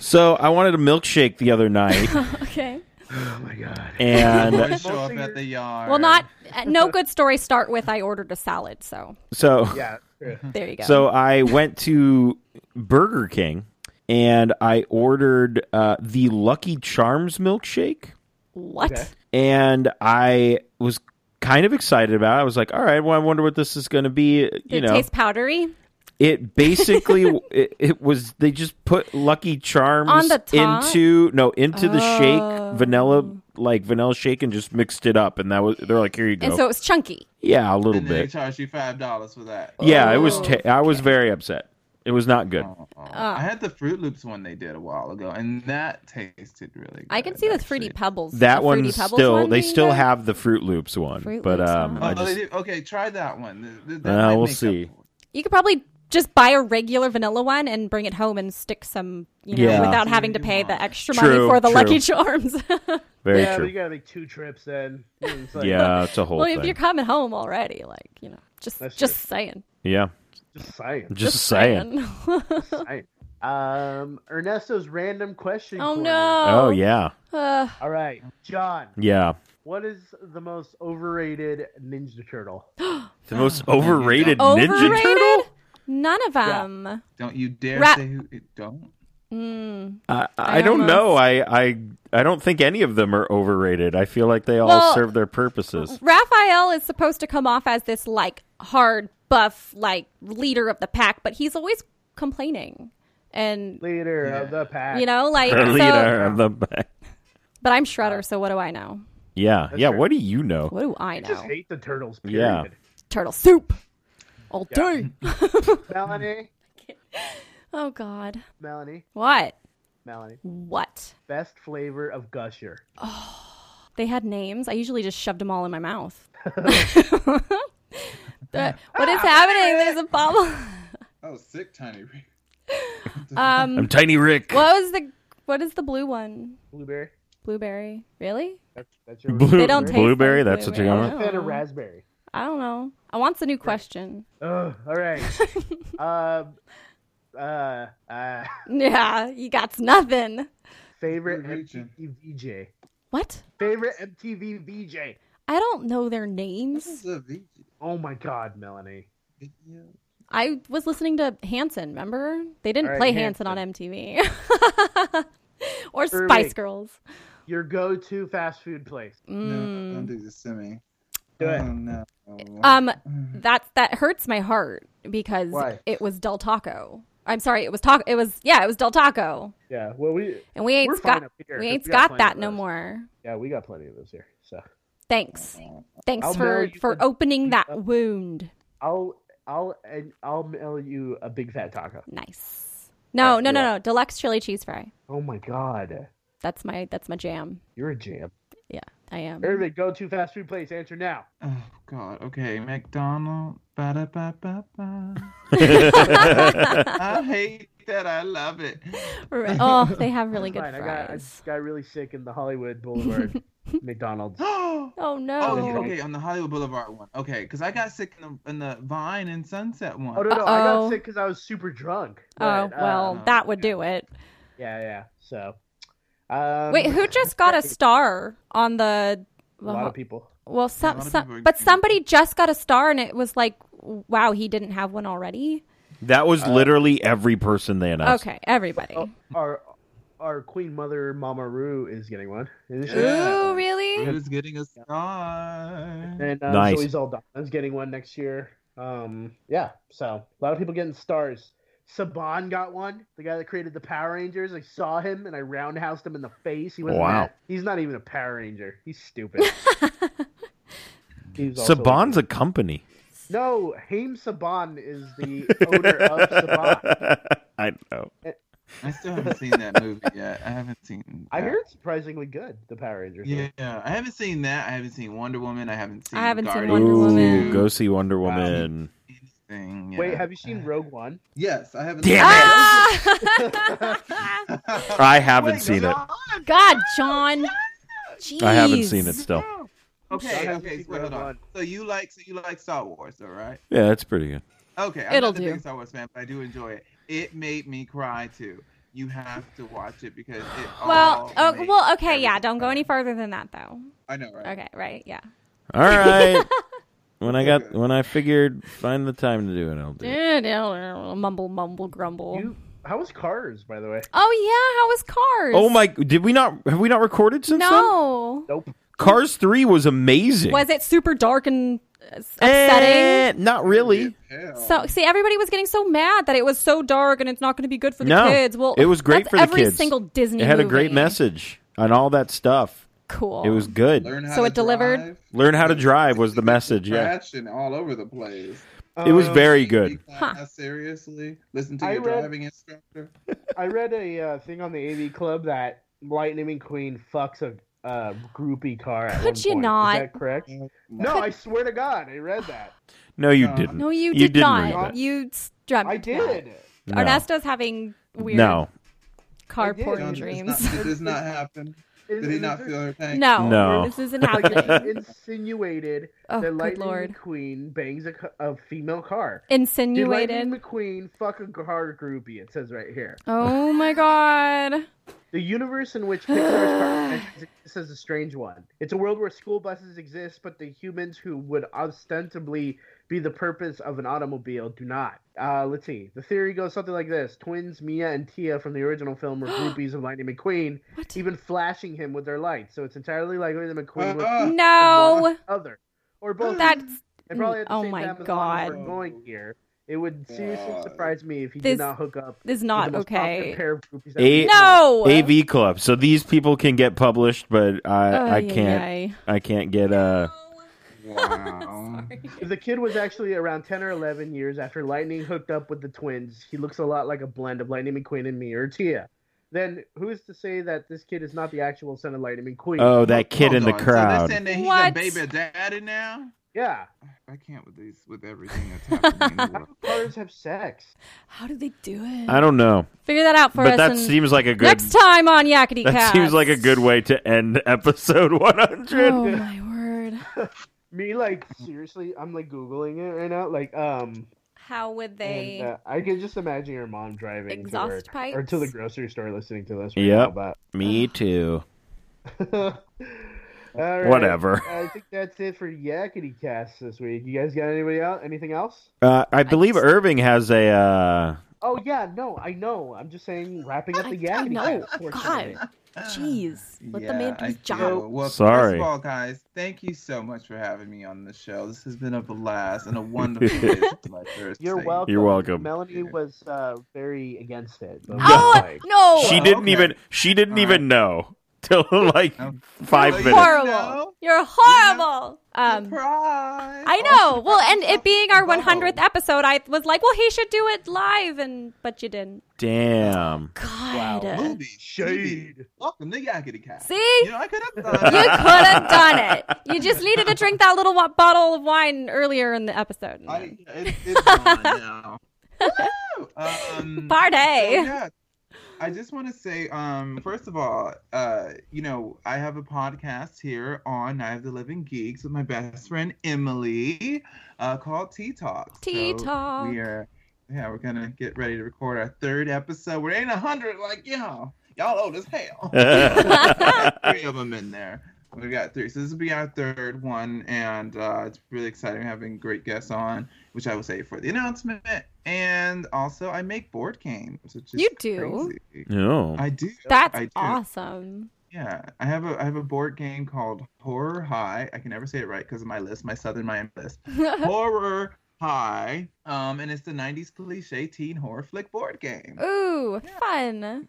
So I wanted a milkshake the other night,
Okay.
Oh my god.
and
Boys show up
Mostly
at the yard.
Well, not uh, no good story. Start with I ordered a salad, so
so
Yeah. true.
there you go.
so I went to Burger King, and I ordered uh, the Lucky Charms milkshake.
what?
Okay.
and I was kind of excited about it. I was like, all right, well, I wonder what this is going to be. You
Did
know,
it taste powdery?
it basically it, it was they just put Lucky Charms
On the top?
into no into the
Oh.
shake vanilla like vanilla shake and just mixed it up, and that was they're like, here you go,
And so it was chunky.
yeah, a little
And then they
bit,
charge you five dollars for that.
yeah. It was
Oh,
ta- I was very upset. It was not good.
Oh, oh.
Uh.
I had the Fruit Loops one they did a while ago, and that tasted really. good.
I can see the
actually.
fruity pebbles.
That
the Fruity
one's
Pebbles
still
one
they
being
still
good?
have the Fruit Loops one,
Fruit
but
Loops,
um,
huh?
Oh,
I
they
just
do? okay, try that one. Th- th- that
Uh,
might
we'll
make up
see.
for it.
You could probably just buy a regular vanilla one and bring it home and stick some, you know,
Yeah.
without having to
You
pay
want.
the extra money
True,
for the
true.
Lucky Charms.
very
yeah, but you
true.
gotta make two trips then. It's like,
Yeah, it's a whole
well, if you're
thing.
coming home already, like you know, just
That's
just saying,
Yeah,
Just science.
just, saying.
just science. Um, Ernesto's random question.
oh
corner.
no.
Oh yeah,
Uh,
All right, John.
yeah.
What is the most overrated Ninja Turtle?
The most overrated Ninja Turtle.
overrated. None of them.
Don't you dare
Ra-
say who. it- Don't.
Mm.
I, I
I
don't know.
almost-
I, I I don't think any of them are overrated. I feel like they all
Well-
serve their purposes.
Raphael is supposed to come off as this like hard buff, like leader of the pack, but he's always complaining and.
Leader of
Yeah.
the pack.
You know, like
The
so,
leader of the back.
but I'm Shredder, so what do I know?
Yeah, yeah.
true.
What do you know?
What do I
I just
know?
hate the turtles.
Yeah.
Period.
Turtle soup all
Yeah.
day.
Melanie,
Oh God.
Melanie,
What?
Melanie.
What?
Best flavor of Gusher.
They had names. I usually just shoved them all in my mouth. The- what is happening? There's a bubble.
Oh, sick, tiny. Rick.
Um.
I'm Tiny Rick.
What was the? What is the blue one?
Blueberry.
Blueberry. Really?
That's, that's your.
Blue,
They don't taste
blueberry.
like
that's
blueberry.
what you
I'm
want.
a fan of raspberry.
I don't know. I want the new question.
Ugh, all right. um, uh, uh,
Yeah, you got nothing.
favorite
Good region.
mm.
MTV VJ.
What?
Favorite MTV VJ.
I don't know their
This is
names.
a video.
Oh my God, Melanie.
video.
I was listening to Hanson. Remember? They didn't
All right,
play Hanson on MTV. or
Irving.
Spice Girls.
Your go-to fast food place.
Mm,
No,
uh, um,
don't do this to me.
Do it.
Oh, no.
Um, that that hurts my heart because
Why?
it was Del Taco. I'm sorry, it was taco. It was yeah, it was Del Taco,
Yeah. Well, we.
and we ain't
We're fine
got
up here,
we
'cause
ain't
we got
got
plenty
that
of
no
those.
more.
Yeah, we got plenty of those here. So
Thanks, thanks
I'll mail
for
you
for
the-
opening that wound.
I'll. I'll and I'll mail you a big fat taco.
Nice. No,
Alright,
no, no,
you're
no. Deluxe chili cheese fry.
Oh my god,
That's my that's my jam.
you're a jam.
Yeah, I am.
Irving, go-to fast food place. Answer now.
Oh God. Okay, McDonald. Ba-da-ba-ba-ba. I hate that. I love it.
Oh, they have really good
Fine, I got. I
fries.
just got really sick in the Hollywood Boulevard McDonald's.
oh,
Oh no.
okay. On the Hollywood Boulevard one. Okay, because I got sick in the, in the Vine and Sunset one.
Oh no, no, I got
Uh-oh.
sick because I was super drunk.
Oh
but, uh,
well,
um,
that would do it.
yeah, yeah. So, um,
Wait, who just got a star on the?
A lot of people.
Well, some,
lot of people
some
are
but
getting-
somebody just got a star, and it was like, wow, he didn't have one already.
That was
Uh,
literally every person they announced.
Okay, everybody.
Oh, our our Queen Mother Mama Roo is getting one. Isn't she?
yeah.
Ooh, really?
Who's getting a star?
And uh,
Nice.
Zoe Saldana's getting one next year. Um, yeah. So a lot of people getting stars. Saban got one. The guy that created the Power Rangers. I saw him and I roundhoused him in the face. He was
Wow.
He's not even a Power Ranger. He's stupid. He's also-
Saban's a company.
no. Haim Saban is the owner of Saban.
I know.
I still haven't seen that movie yet. I haven't seen.
I
that.
heard it's surprisingly good. The Power Rangers.
Yeah, I haven't seen that. I haven't seen Wonder Woman. I haven't seen.
I haven't seen
Guardians
Wonder
Ooh,
Woman.
go see Wonder Woman.
Anything, yeah.
Wait, have you seen Rogue One?
Yes, I haven't.
Damn
Ah!
I haven't seen it.
God, John. Jeez.
I haven't seen it still.
I
Okay,
haven't
okay,
seen
so hold
Rogue
on.
One.
So you like, so you like Star Wars, though, right?
Yeah, it's pretty good.
Okay, I'm
It'll
not the
do.
biggest Star Wars fan, but I do enjoy it. It made me cry too. You have to watch it because it.
Well,
all
oh,
made
well, okay, yeah.
everything
Don't go
better.
any farther than that, though.
I know, right?
Okay, right, yeah.
All right. when I got when I figured find the time to do it, I'll do it.
Mumble, mumble, grumble.
You, how was Cars, by the way?
Oh yeah, how was Cars?
Oh my! Did we not? Have we not recorded since? then?
No,
Nope.
Cars Three was amazing.
was it super dark and uh, upsetting?
Eh, not really.
Hell.
Oh.
So see, everybody was getting so mad that it was so dark and it's not going to be good for the
No,
kids. Well,
it was great
that's
for the
every
kids.
single Disney.
It had a great
movie.
message and all that stuff.
Cool.
It was good.
Learn
Learn,
how
So
to
it delivered?
drive.
how to drive was the message. Yeah,
Crashing all over the place.
it was
Um,
very good.
Take
Huh.
class Seriously, listen to
I
your
read-
driving instructor.
I read a uh, thing on the AV Club that Lightning McQueen fucks a uh, groupie car. At
Could
one
you
point.
not?
Is that correct? No, I swear to God, I read that.
No, you
No.
didn't.
No, you did
You didn't
not.
read it.
You s- dreamt.
I did.
No.
Ernesto's having weird
No,
I did.
carport
John, did this
dreams.
not- did this not happen?
It-
Did he
it-
not feel her pain?
No,
No.
this isn't
like, it
happening.
insinuated
oh,
that
good
Lightning
lord!
McQueen bangs a, cu- a female car. Did
Insinuated.
Lightning McQueen fuck a car groupie? It says right here.
Oh my god.
The universe in which Pixar's car adventures exists is a strange one. It's a world where school buses exist, but the humans who would ostensibly be the purpose of an automobile do not. Uh, let's see. The theory goes something like this: Twins Mia and Tia from the original film were groupies of Lightning McQueen,
What?
even flashing him with their lights. So it's entirely likely that McQueen was
Ah,
Oh. No.
other or both.
That's
They probably at the
Oh
same
my
time as
God.
We're going here. It would seriously
God.
surprise me if he
This
did not hook up.
is
with
not
the most popular
okay.
Pair of groupies that
A-
we know.
No.
AV Club. So these people can get published, but I I
Ay,
can't
ay,
I can't get uh
Wow.
If the kid was actually around 10 or 11 years after Lightning hooked up with the twins, he looks a lot like a blend of Lightning McQueen and me or Tia. Then who's to say that this kid is not the actual son of Lightning McQueen?
oh that kid
Hold
in the
on, So
crowd.
they're saying that he's
What?
a baby daddy now.
Yeah.
I can't with these with everything that's happening. in the
How
world.
do cars have sex?
ay. How did they do it?
I don't know,
Figure that out for
but
us.
that
and-
seems like a good
next time on Yakety
that
Cast.
seems like a good way to end episode 100.
Oh my word!
Me, like, seriously, I'm like Googling it right now. Like, um,
How would they?
and, uh, I can just imagine your mom driving
Exhaust
to work
pipes?
or to the grocery store listening to this. Right
Yep.
now,
Me too.
but... All right.
Whatever.
I think that's it for Yakety Cast this week. You guys got anybody out? Anything else?
Uh, I believe Irving has a uh,
Oh yeah, no, I know. I'm just saying, wrapping up the
I
yakety
know.
Cast portion of it.
God, jeez, let
yeah,
the man do his
I
job.
do. Well,
Sorry.
first of all, guys, thank you so much for having me on the show. This has been a blast and a wonderful day. to my Thursday.
You're welcome.
You're welcome.
Melanie was uh, very against it. But
Oh
like,
no!
she
Oh,
didn't
okay.
even she didn't
All
even know till like
Oh.
5
Well, you
minutes.
horrible!
No.
You're horrible. Um,
Surprise!
I know. Well, and it being our
Bubble.
100th episode, I was like, well, he should do it live, and but you didn't.
Damn.
God.
Movie
shade.
Welcome to Yakety Cat.
See?
you know I could have
You
done.
could have done it. You just needed to drink that little wa- bottle of wine earlier in the episode.
I, it, it's gone now. Woo! Um,
Party.
so, yeah, I just want to say, um, first of all, uh, you know, I have a podcast here on I Have the Living Geeks with my best friend Emily, uh, called Tea Talk.
Tea Talk.
We are, yeah, we're gonna get ready to record our third episode. We ain't a hundred, like y'all. Y'all old as hell. three of them in there. We've got three. So this will be our third one, and uh, it's really exciting having great guests on, which I will say for the announcement. And also, I make board games, which is
You do?
Crazy.
no.
I do.
That's
I do.
awesome.
Yeah, I have a I have a board game called Horror High. I can never say it right because of my list, my Southern Miami list. Horror Hi. Um, and it's the 90s cliche teen horror flick board game.
Ooh, fun.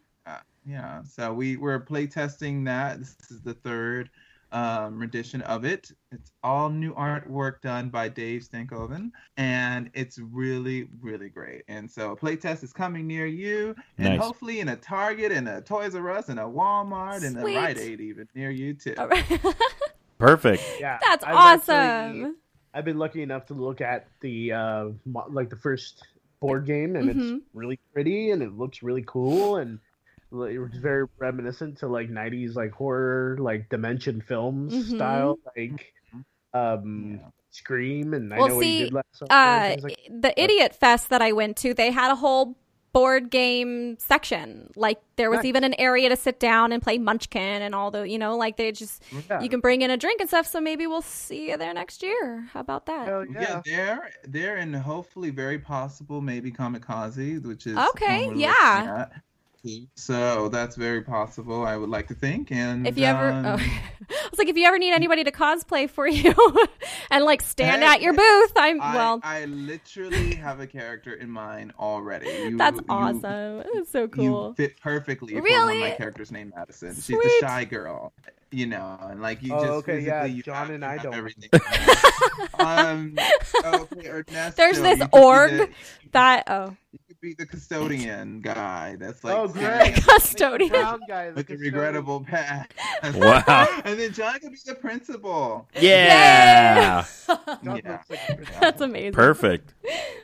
Yeah. So we we're playtesting that. This is the third um, rendition of it. It's all new artwork done by Dave Stankoven, and it's really, really great. And so, a playtest is coming near you, and
Nice.
hopefully in a Target, and a Toys R Us, and a Walmart, and a
Sweet.
Rite Aid even near you too.
All right.
Perfect.
Yeah,
That's
I've actually-
awesome.
I've been lucky enough to look at the uh, mo- like the first board game, and
Mhm.
it's really pretty, and it looks really cool, and l- it's very reminiscent to like '90s like horror, like Dimension Films
Mhm.
style, like um,
Yeah.
Scream, and
Well,
I know
see,
what you did last summer.
Uh,
and things like-
the Idiot Fest that I went to, they had a whole board game section. Like there was
Nice.
even an area to sit down and play Munchkin and all the, you know, like they just
yeah.
uh, you can bring in a drink and stuff. So maybe we'll see you there next year. How about that?
Hell
yeah.
yeah.
there, there, and hopefully very possible maybe Kamikaze, which is
Okay,
when we're
yeah.
looking at. So that's very possible. I would like to think. And
If you ever,
um,
oh. I was like, if you ever need anybody to cosplay for you and like stand
Hey,
at your booth, I'm
I,
well.
I literally have a character in mind already. You-
that's
you-
awesome. It's so
You
cool.
fit perfectly for
Really?
one of my characters named Madison. She's
Sweet.
the shy girl, you know, and like you
Oh,
just
okay, yeah,
physically, you
John
have-
and
you
I
have
don't.
everything. um, okay, Ernesto,
There's this
you could be
org.
the-
that oh,
you could be the custodian guy. That's like
Oh,
staring
great.
at you
custodian.
Brown guy, the
With a
custodian.
regrettable past.
Wow.
and then John could be the principal.
Yeah.
John
Yeah.
looks like a
Yeah.
That's amazing.
Perfect.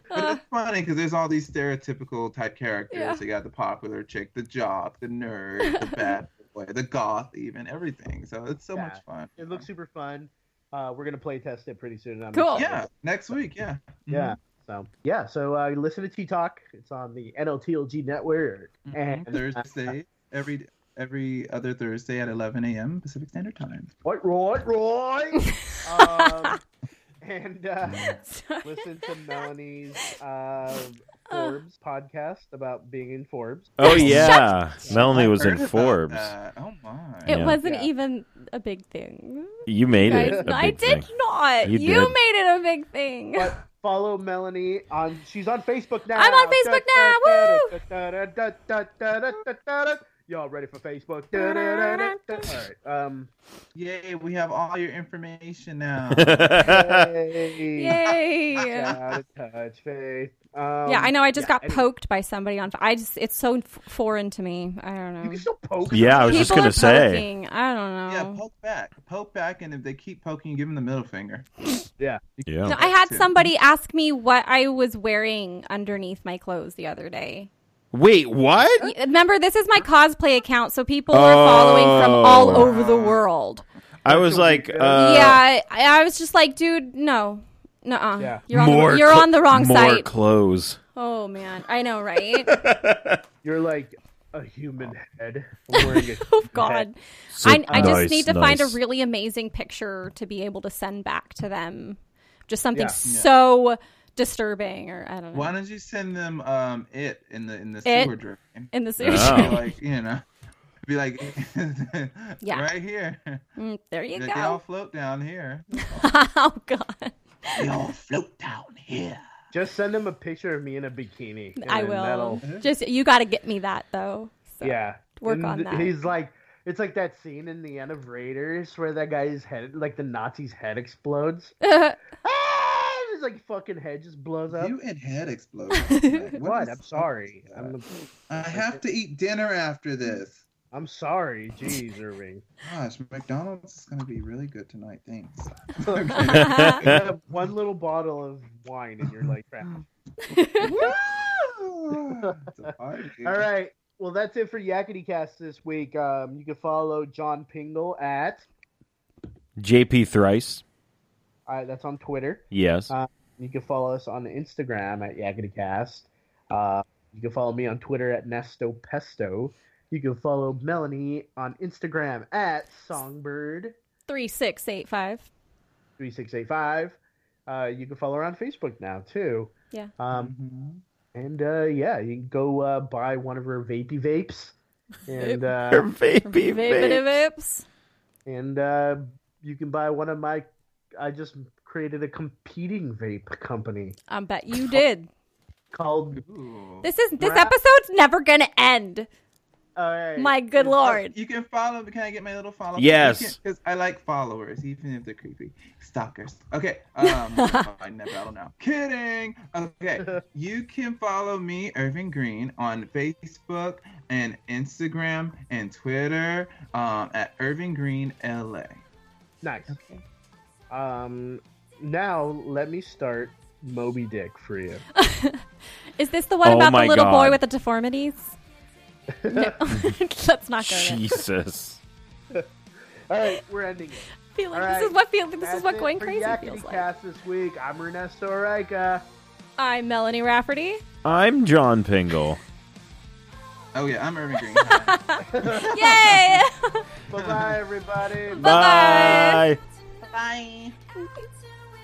But
Uh,
it's funny because there's all these stereotypical type characters.
Yeah.
You got the popular chick, the jock, the nerd, the bad boy, the goth, even everything. So it's so
Yeah.
much fun.
It looks super fun. Uh, we're gonna play test it pretty soon. and I'm
Cool.
Yeah, next week. Yeah.
Yeah.
Mm-hmm.
So yeah. So uh, listen to T Talk. It's on the NLTLG network.
Mm-hmm.
Mhm.
And uh,
Thursday every every other Thursday at 11 a.m. Pacific Standard Time.
What Roy? Roy. um, and uh,
sorry.
listen to Melanie's um
Oh.
Forbes podcast about being in Forbes.
Oh yeah. Melanie
I
was
heard
in
about
Forbes.
that. Oh my.
It
Yeah.
wasn't
Yeah.
even a big thing.
You made
I,
it. a
I
big
did
thing.
not.
You
You,
did.
made it a big thing.
But follow Melanie on. She's on Facebook now.
I'm on Facebook now, woo!
now. Woo! Y'all ready for Facebook? All right. Um.
Yay, we have all your information now.
Oh.
hey.
Yay. yeah,
Gotta touch faith. Um,
I know. I just got
anyway.
poked by somebody on. I just it's so f- foreign to me. I don't know.
You can still poke.
yeah, I was just
People
gonna
are
say.
poking. I don't know.
yeah, poke back. Poke back, and if they keep poking, you give them the middle finger.
Yeah.
Yeah.
no, I had
too.
somebody ask me what I was wearing underneath my clothes the other day.
Wait, what?
Y- Remember, this is my cosplay account, so people are following from all
Oh.
over the world.
I was like, uh,
yeah, I, I was just like, dude, no, no,
Yeah.
you're on
more
the, you're
cl-
on the wrong
more
site.
clothes.
oh man, I know, right?
You're like a human head wearing a
oh god,
So
I, I just
nice,
need to find a
nice.
really amazing picture to be able to send back to them. Just something
Yeah.
so disturbing, or I don't know.
Why don't you send them um it in the in the
Mm. It?
sewer drain?
in the series,
Be
Oh.
like you know, be like
Yeah.
right here.
Mm, there you
They,
go.
they all float down here.
oh god,
They all float down here.
Just send them a picture of me in a bikini. and
I
then
will.
that'll-
Just you got to get me that though. So.
yeah.
Work
And
on
th-
that.
He's like, it's like that scene in the end of Raiders where that guy's head, like the Nazi's head explodes. Ah! His like fucking head just blows up.
You and head explosion. Like,
what?
is-
I'm sorry. I'm,
I have to eat dinner after this.
I'm sorry. Jeez, Irving.
Gosh, McDonald's is gonna be really good tonight. Thanks.
You have one little bottle of wine and you're like, crap.
Woo! It's a party.
All right. Well, that's it for Yakety Cast this week. Um, you can follow John Pingle at
JP Thrice.
uh, that's on Twitter.
Yes.
Uh, You can follow us on Instagram at YakityCast. Uh, you can follow me on Twitter at Nesto Pesto. You can follow Melanie on Instagram at Songbird3685.
Three six eight five.
Uh, you can follow her on Facebook now, too.
Yeah.
Um,
Mhm.
and uh, yeah, you can go uh, buy one of her vapey vapes. And uh,
Baby,
Vape it, vape.
and uh, you can buy one of my. I just created a competing vape company
I bet you did.
called.
Ooh.
This is this
Right.
episode's never gonna end.
All right.
My good lord.
You can follow. Can I get my little follow?
Yes.
Because I like followers, even if they're creepy. Stalkers. Okay. Um, I never. I don't know. Kidding. Okay. you can follow me, Irving Green, on Facebook and Instagram and Twitter um, at Irving Green LA.
Nice. Um, now let me start Moby Dick for you.
Is this the one
Oh
about
my
the little
God.
boy with the deformities? No. Let's not go there.
Jesus.
All right, we're ending it.
Feeling,
All
This is
right.
what feel, this
That's
is what
it
going
for
crazy
Yakety
feels like.
Cast this week. I'm Ernesto Oreca.
I'm Melanie Rafferty.
I'm John Pingle.
Oh yeah, I'm Irving Green. Hi.
Yay!
Bye bye, everybody.
Bye-bye.
Bye.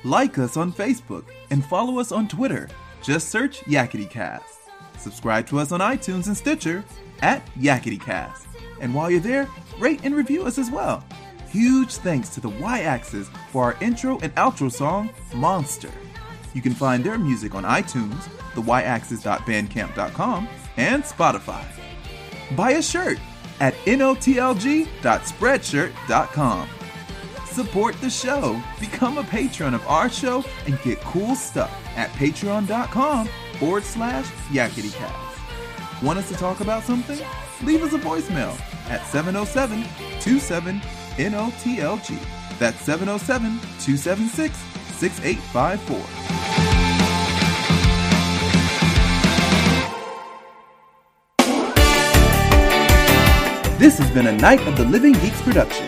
Like us on Facebook and follow us on Twitter. Just search YakityCast. Subscribe to us on iTunes and Stitcher at YakityCast. And while you're there, rate and review us as well. Huge thanks to the Y Axis for our intro and outro song, Monster. You can find their music on iTunes, theyaxis.bandcamp.com, and Spotify. Buy a shirt at notlg.spreadshirt.com support the show become a patron of our show and get cool stuff at patreon.com forward slash yakitycast want us to talk about something leave us a voicemail at 707-27-notlg that's 707-276-6854 This has been a Night of the Living Geeks production.